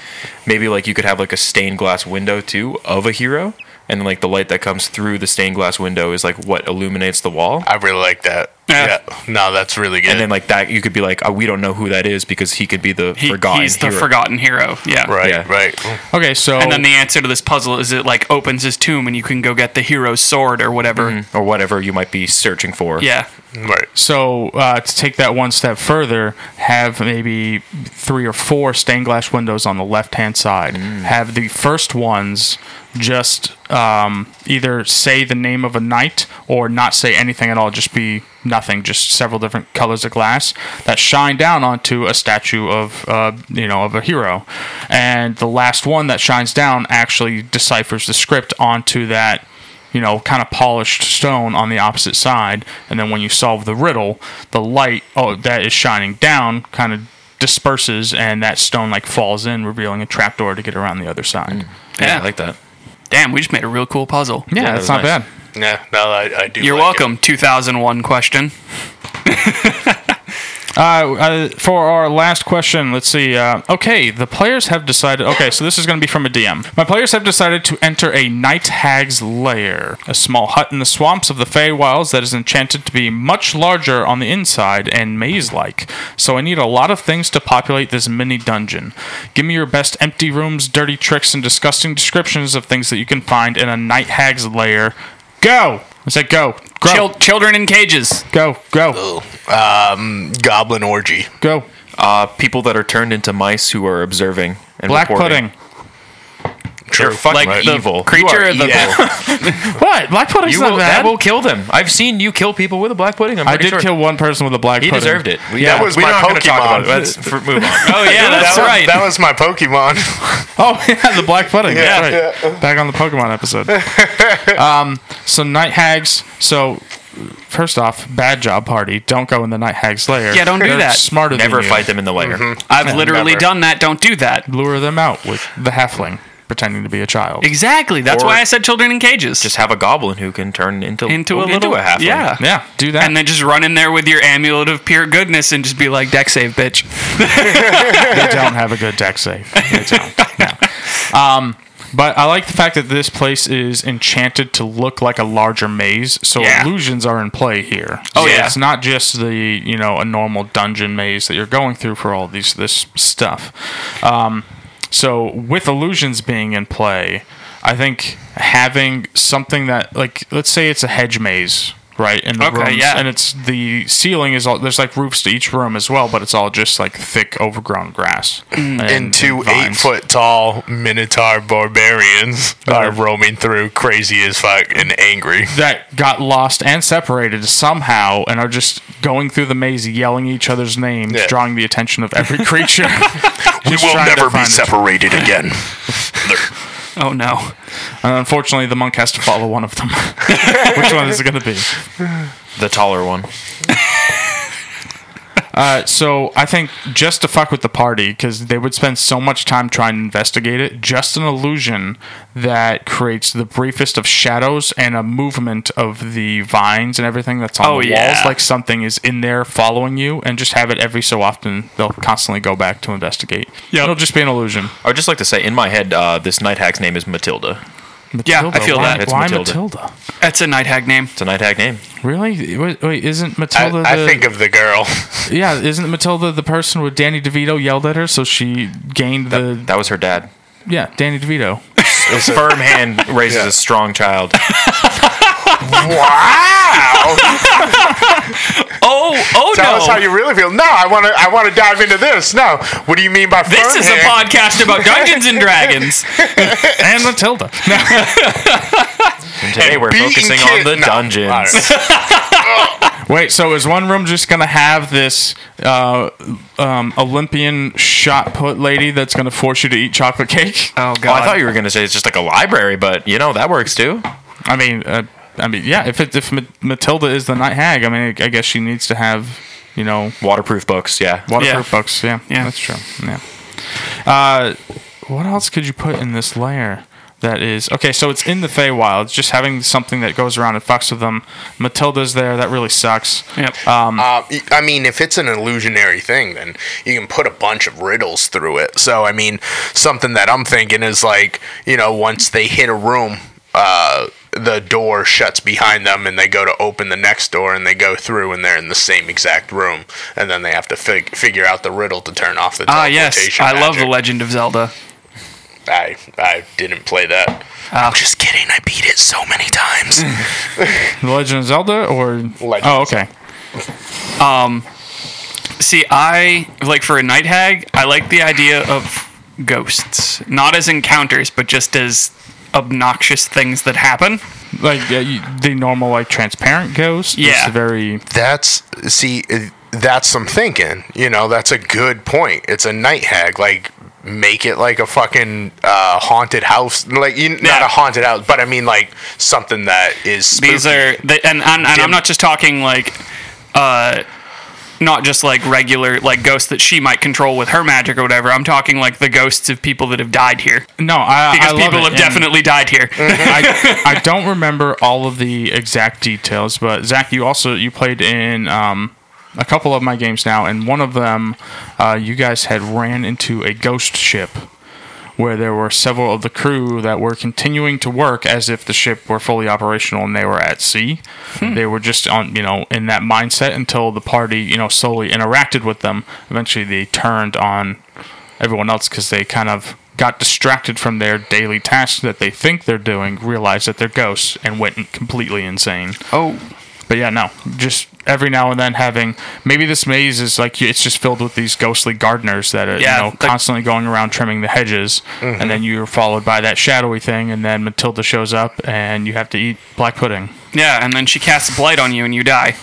S6: Maybe like you could have like a stained glass window too of a hero, and like the light that comes through the stained glass window is like what illuminates the wall.
S5: I really like that.
S7: Yeah.
S5: Yeah. No, that's really good.
S6: And then like that you could be like oh, we don't know who that is because he could be the
S7: He-
S6: forgotten
S7: he's
S6: hero.
S7: the forgotten hero yeah
S5: right,
S6: yeah.
S5: right.
S4: Okay, so
S7: and then the answer to this puzzle is it like opens his tomb and you can go get the hero's sword or whatever
S6: or whatever you might be searching for.
S7: yeah
S5: Right.
S4: So uh, to take that one step further, have maybe three or four stained glass windows on the left hand side. Have the first ones just um, either say the name of a knight or not say anything at all, just be nothing, just several different colors of glass that shine down onto a statue of uh, you know of a hero, and the last one that shines down actually deciphers the script onto that you know, kind of polished stone on the opposite side. And then when you solve the riddle, the light oh, that is shining down kind of
S6: Mm.
S4: disperses and that stone like falls in, revealing a trapdoor to get around the other side.
S6: yeah,
S7: Yeah.
S6: I like that.
S7: Damn, we just made a real cool puzzle.
S4: Yeah,
S6: that
S4: that's
S6: was
S4: not bad.
S6: nice.
S5: Yeah, no, I, I do.
S7: You're
S5: like it.
S7: welcome. 2001 question.
S4: Uh, uh, for our last question, let's see. Uh, okay, the players have decided. Okay, so this is going to be from a DM. My players have decided to enter a night hag's lair, a small hut in the swamps of the Fey Wilds that is enchanted to be much larger on the inside and maze-like. So I need a lot of things to populate this mini dungeon. Give me your best empty rooms, dirty tricks, and disgusting descriptions of things that you can find in a night hag's lair. Go. I said go. Grow.
S7: Chil- children in cages.
S4: Go. Go.
S5: Um, goblin orgy.
S4: Go.
S6: Uh, people that are turned into mice who are observing and
S4: Black
S6: reporting.
S4: pudding.
S5: True.
S6: Fucking
S5: Right.
S6: evil.
S7: Creature of the
S4: What? Black pudding's
S6: You
S4: not
S6: will,
S4: bad.
S6: that will kill them. I've seen you kill people with a black pudding. I'm
S4: I
S6: pretty
S4: did
S6: sure.
S4: kill one person with a black
S6: He
S4: pudding.
S6: deserved it. We,
S5: That was
S6: we're
S5: my
S6: not gonna talk
S5: Pokemon.
S6: about it. Let's for, move on.
S7: Oh yeah, that's
S5: that,
S7: right.
S5: was, that was my Pokemon.
S4: Oh yeah, the black pudding.
S5: Yeah.
S4: That's right. Back on the Pokemon episode. um, so night hags. So first off, bad job party. Don't go in the night hag's lair.
S7: Yeah, don't do
S4: They're
S7: that.
S4: Smarter than
S6: Never
S4: you.
S6: fight them in the lair.
S5: Mm-hmm.
S7: I've literally
S6: Never.
S7: done that. Don't do that.
S4: Lure them out with the halfling pretending to be a child.
S7: Exactly. That's
S6: Or-
S7: why I said children in cages.
S6: Just have a goblin who can turn into
S7: into a little
S6: into a half.
S7: Yeah.
S4: Yeah, do that.
S7: And then just run in there with your amulet of pure goodness and just be like deck save, bitch.
S4: they don't have a good deck save. They don't. No. Um, but I like the fact that this place is enchanted to look like a larger maze, so
S7: Yeah.
S4: illusions are in play here.
S7: Oh,
S4: So
S7: yeah.
S4: it's not just the you know a normal dungeon maze that you're going through for all these this stuff. Um, so with illusions being in play, I think having something that like let's say it's a hedge maze. Right in the
S7: Okay,
S4: rooms,
S7: yeah.
S4: and it's the ceiling is all there's like roofs to each room as well, but it's all just like thick overgrown grass
S5: Mm. and two eight
S4: vines.
S5: foot tall minotaur barbarians are roaming through crazy as fuck and angry.
S4: that got lost and separated somehow and are just going through the maze yelling each other's names
S5: Yeah.
S4: drawing the attention of every creature
S5: We will
S4: trying to
S5: never be
S4: find the tr-
S5: separated again.
S7: Oh no.
S4: and unfortunately the monk has to follow one of them which one is it going to be
S6: The taller one.
S4: uh, so i think just to fuck with the party because they would spend so much time trying to investigate it just an illusion that creates the briefest of shadows and a movement of the vines and everything that's on
S7: Oh,
S4: the
S7: yeah.
S4: walls like something is in there following you and just have it every so often they'll constantly go back to investigate yeah it'll just be an illusion
S6: I would just like to say, in my head, uh, this night hack's name is Matilda.
S7: Yeah, I feel
S4: why,
S7: that.
S6: It's
S4: Why Matilda?
S6: Matilda.
S7: That's a night hag name.
S6: It's a night hack name.
S4: Really? Wait, wait, isn't Matilda?
S5: I, I
S4: the,
S5: think of the girl.
S4: Yeah, isn't Matilda the person where Danny DeVito yelled at her, so she gained the?
S6: That was her dad.
S4: yeah, Danny DeVito.
S6: His firm hand raises
S5: Yeah.
S6: a strong child.
S5: wow!
S7: Oh, oh
S5: Tell
S7: no.
S5: us how you really feel. No, I want to. I want to dive into this. No, what do you mean by
S7: this
S5: firm
S7: is
S5: hand?
S7: a podcast about Dungeons and Dragons.
S4: and Matilda. No,
S6: And today we're
S5: beating
S6: focusing
S5: kid-
S6: on the
S5: No.
S6: dungeons.
S5: All right.
S4: wait, so is one room just gonna have this uh, um, Olympian shot put lady that's gonna force you to eat chocolate cake?
S7: Oh
S6: Oh, I thought you were going to say it's just like a library, but you know that works too.
S4: I mean, uh, I mean, yeah. If it, if Ma- Matilda is the night hag, I mean, I guess she needs to have you know
S6: Waterproof books, yeah.
S4: Waterproof books, yeah. Yeah, that's true. Yeah. Uh, what else could you put in this layer? That is okay. So it's in the Feywild. It's just having something that goes around and fucks with them. Matilda's there. That really sucks.
S7: Yep.
S5: Uh, I mean, if it's an illusionary thing, then you can put a bunch of riddles through it. So, I mean, something that I'm thinking is like, you know, once they hit a room, uh, the door shuts behind them and they go to open the next door and they go through and they're in the same exact room. And then they have to fig- figure out the riddle to turn off the
S7: ah yes,
S5: teleportation
S7: I love the
S5: magic.
S7: Legend of Zelda.
S5: I, I didn't play that.
S7: Ah.
S5: I'm just kidding. I beat it so many times.
S4: The Legend of Zelda, or oh, okay.
S7: Um, See, I like for a night hag. I like the idea of ghosts, not as encounters, but just as obnoxious things that happen.
S4: Like yeah, you, the normal, like transparent ghost. just
S7: Yeah.
S4: the very.
S5: that's see that's some thinking you know that's a good point it's a night hag like make it like a fucking uh, haunted house like you, not
S7: Yeah.
S5: a haunted house but i mean like something that is spooky.
S7: These are, the, and, and, and I'm not just talking like uh, not just like regular like ghosts that she might control with her magic or whatever. I'm talking like the ghosts of people that have died here
S4: No, I
S7: because
S4: I love
S7: people
S4: it,
S7: have
S4: and Mm.
S7: definitely died here.
S4: I, I don't remember all of the exact details, but Zach, you also you played in um, a couple of my games now, and one of them, uh, you guys had ran into a ghost ship where there were several of the crew that were continuing to work as if the ship were fully operational and they were at sea. They were just on, you know, in that mindset until the party, you know, slowly interacted with them. Eventually, they turned on everyone else because they kind of got distracted from their daily tasks that they think they're doing, realized that they're ghosts, and went completely insane.
S7: oh,
S4: But yeah, no. Just every now and then having maybe this maze is like it's just filled with these ghostly gardeners that are
S7: Yeah,
S4: you know
S7: like-
S4: constantly going around trimming the hedges,
S5: Mm-hmm.
S4: and then you're followed by that shadowy thing, and then Matilda shows up, and you have to eat black pudding.
S7: yeah, and then she casts blight on you and you die.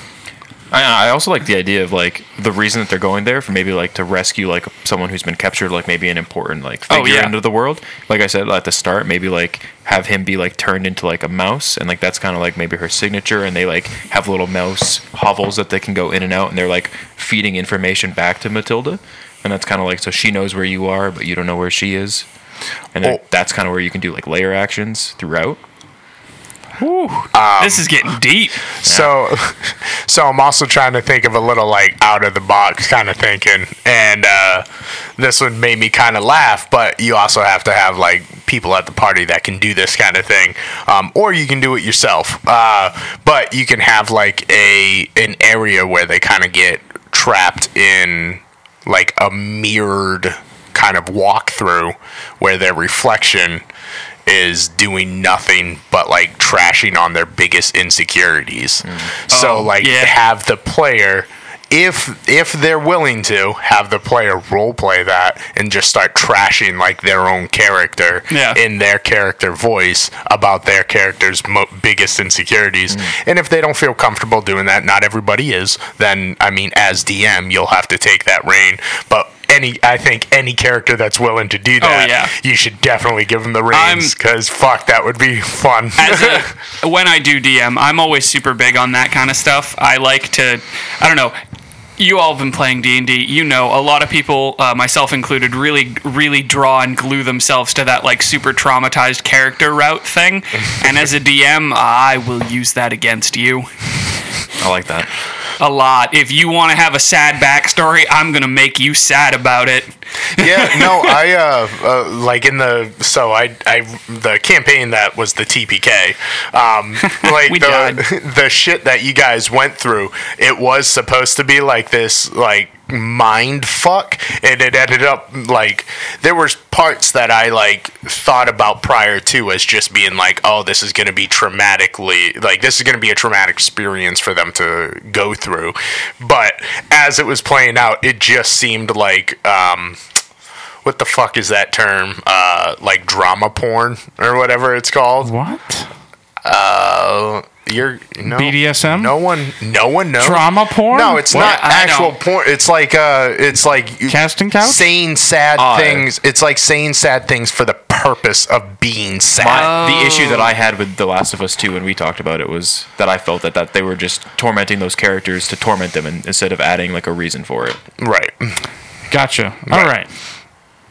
S6: I, I also like the idea of like the reason that they're going there for maybe like to rescue like someone who's been captured, like maybe an important like
S7: Oh,
S6: figure
S7: yeah.
S6: into the world. Like I said at the start, maybe like have him be like turned into like a mouse, and like that's kind of like maybe her signature. And they like have little mouse hovels that they can go in and out, and they're like feeding information back to Matilda, and that's kind of like so she knows where you are, but you don't know where she is, and then
S5: Oh.
S6: that's kind of where you can do like layer actions throughout.
S4: Um,
S7: this is getting deep.
S5: So, so I'm also trying to think of a little like out of the box kind of thinking, and uh, this one made me kind of laugh. But you also have to have like people at the party that can do this kind of thing, um, or you can do it yourself. Uh, but you can have like a an area where they kind of get trapped in like a mirrored kind of walkthrough where their reflection is doing nothing but like trashing on their biggest insecurities. So like
S7: yeah.
S5: have the player if if they're willing to have the player role play that and just start trashing like their own character
S7: Yeah.
S5: in their character voice about their character's mo- biggest insecurities.
S7: Mm.
S5: And if they don't feel comfortable doing that, not everybody is, then I mean, as DM, you'll have to take that reign. But any, I think any character that's willing to do that,
S7: Oh, yeah.
S5: you should definitely give them the
S7: I'm-
S5: reins because fuck, that would be fun.
S7: as a, when I do DM, I'm always super big on that kind of stuff. I like to, I don't know. You all have been playing D and D. You know, a lot of people, uh, myself included, really, really draw and glue themselves to that like super traumatized character route thing. and as a DM, I will use that against you
S6: I like that.
S7: a lot. If you want to have a sad backstory, I'm gonna make you sad about it.
S5: yeah, no, I uh, uh, like in the so I I the campaign that was the TPK, um, like
S7: We
S5: the
S7: died.
S5: the shit that you guys went through. It was supposed to be like this like mind fuck, and it ended up like there was parts that I like thought about prior to as just being like, oh, this is gonna be traumatically like this is gonna be a traumatic experience for them to go through, but as it was playing out, it just seemed like. Um, what the fuck is that term? Uh, like drama porn or whatever it's called.
S4: What
S5: Uh, you're no,
S4: BDSM?
S5: No one, no one knows.
S4: drama porn?
S5: No, it's
S4: What?
S5: not
S7: I
S5: actual
S7: don't-
S5: porn. It's like uh, it's like you-
S4: Casting couch?
S5: saying sad
S6: Uh,
S5: things. It's like saying sad things for the purpose of being sad.
S6: My, the issue that I had with The Last of Us 2 when we talked about it was that I felt that, that they were just tormenting those characters to torment them and, instead of adding like a reason for it.
S5: right,
S4: gotcha. All right,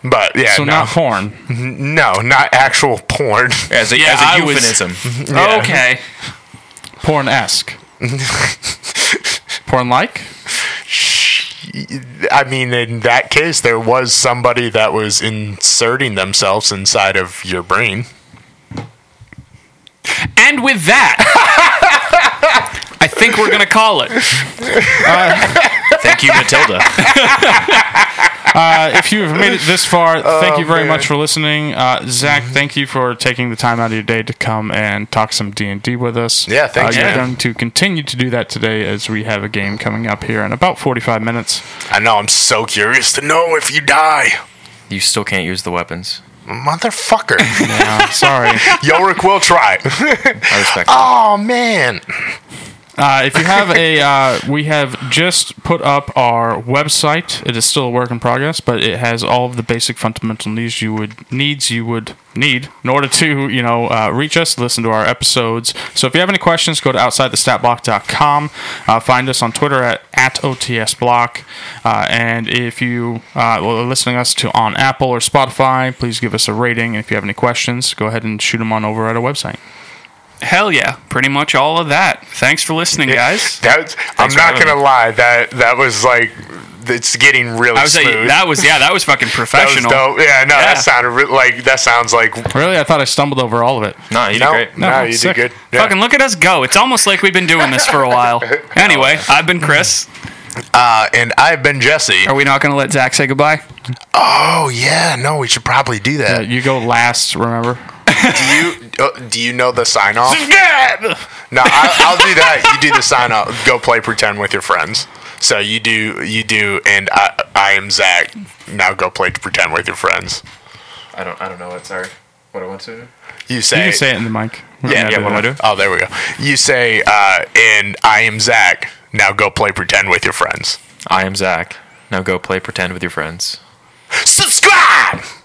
S5: but yeah,
S4: so
S5: no,
S4: not porn.
S5: no, not actual porn.
S6: As a,
S7: Yeah,
S6: as a
S7: I was-
S6: euphemism.
S5: Yeah.
S7: Okay.
S4: Porn esque. porn like.
S5: I mean, in that case, there was somebody that was inserting themselves inside of your brain.
S7: And with that, I think we're gonna call it.
S6: Thank you, Matilda.
S4: uh, if you've made it this far, thank you very
S5: Oh, man.
S4: much for listening, uh, Zach. Thank you for taking the time out of your day to come and talk some D and D with us.
S5: Yeah, thanks,
S4: Uh, you're
S5: man.
S4: going to continue to do that today as we have a game coming up here in about 45 minutes.
S5: I know. I'm so curious to know if you die,
S6: you still can't use the weapons.
S5: motherfucker.
S4: Yeah, Uh, sorry.
S5: Yorick will try.
S6: I respect
S5: oh man.
S4: Uh, if you have a, uh, we have just put up our website. It is still a work in progress, but it has all of the basic fundamental needs you would needs you would need in order to you know uh, reach us, listen to our episodes. So if you have any questions, go to outsidethestatblock.com. Uh, find us on Twitter at at otsblock, uh, and if you uh, well, are listening to us to on Apple or Spotify, please give us a rating. And if you have any questions, go ahead and shoot them on over at our website.
S7: Hell yeah. Pretty much all of that. Thanks for listening, guys.
S5: That's, I'm
S6: for
S5: not
S6: having
S5: gonna lie. That that was like it's getting really
S7: I was
S5: smooth.
S7: like, that was yeah, that was fucking
S5: That was
S7: professional.
S5: dope. Yeah, no,
S7: Yeah.
S5: that sounded re- like that sounds like
S4: Really, I thought I stumbled over all of it.
S6: Nah, you
S5: no,
S6: did great.
S5: no,
S4: No,
S5: you
S4: sick.
S5: did good. Yeah.
S7: Fucking look at us go. It's almost like we've been doing this for a while. Anyway, I've been Chris.
S5: Uh, and I've been Jesse.
S7: Are we not going to let Zach say goodbye?
S5: Oh yeah, no, we should probably do
S4: Uh,
S5: that.
S4: you go last, remember?
S5: Do you uh, do you know the sign off? No, I, I'll do that. You do the sign off. Go play pretend with your friends. So you do you do, and I I am Zach. Now go play pretend with your friends.
S6: I don't. I don't know what. Sorry. What I want to. do?
S5: You say
S4: You can say it in the mic.
S5: Yeah,
S6: yeah, what do I do?
S5: Oh, there we go. You say, uh, and I am Zach. Now go play pretend with your friends.
S6: I am Zach. Now go play pretend with your friends.
S5: Subscribe.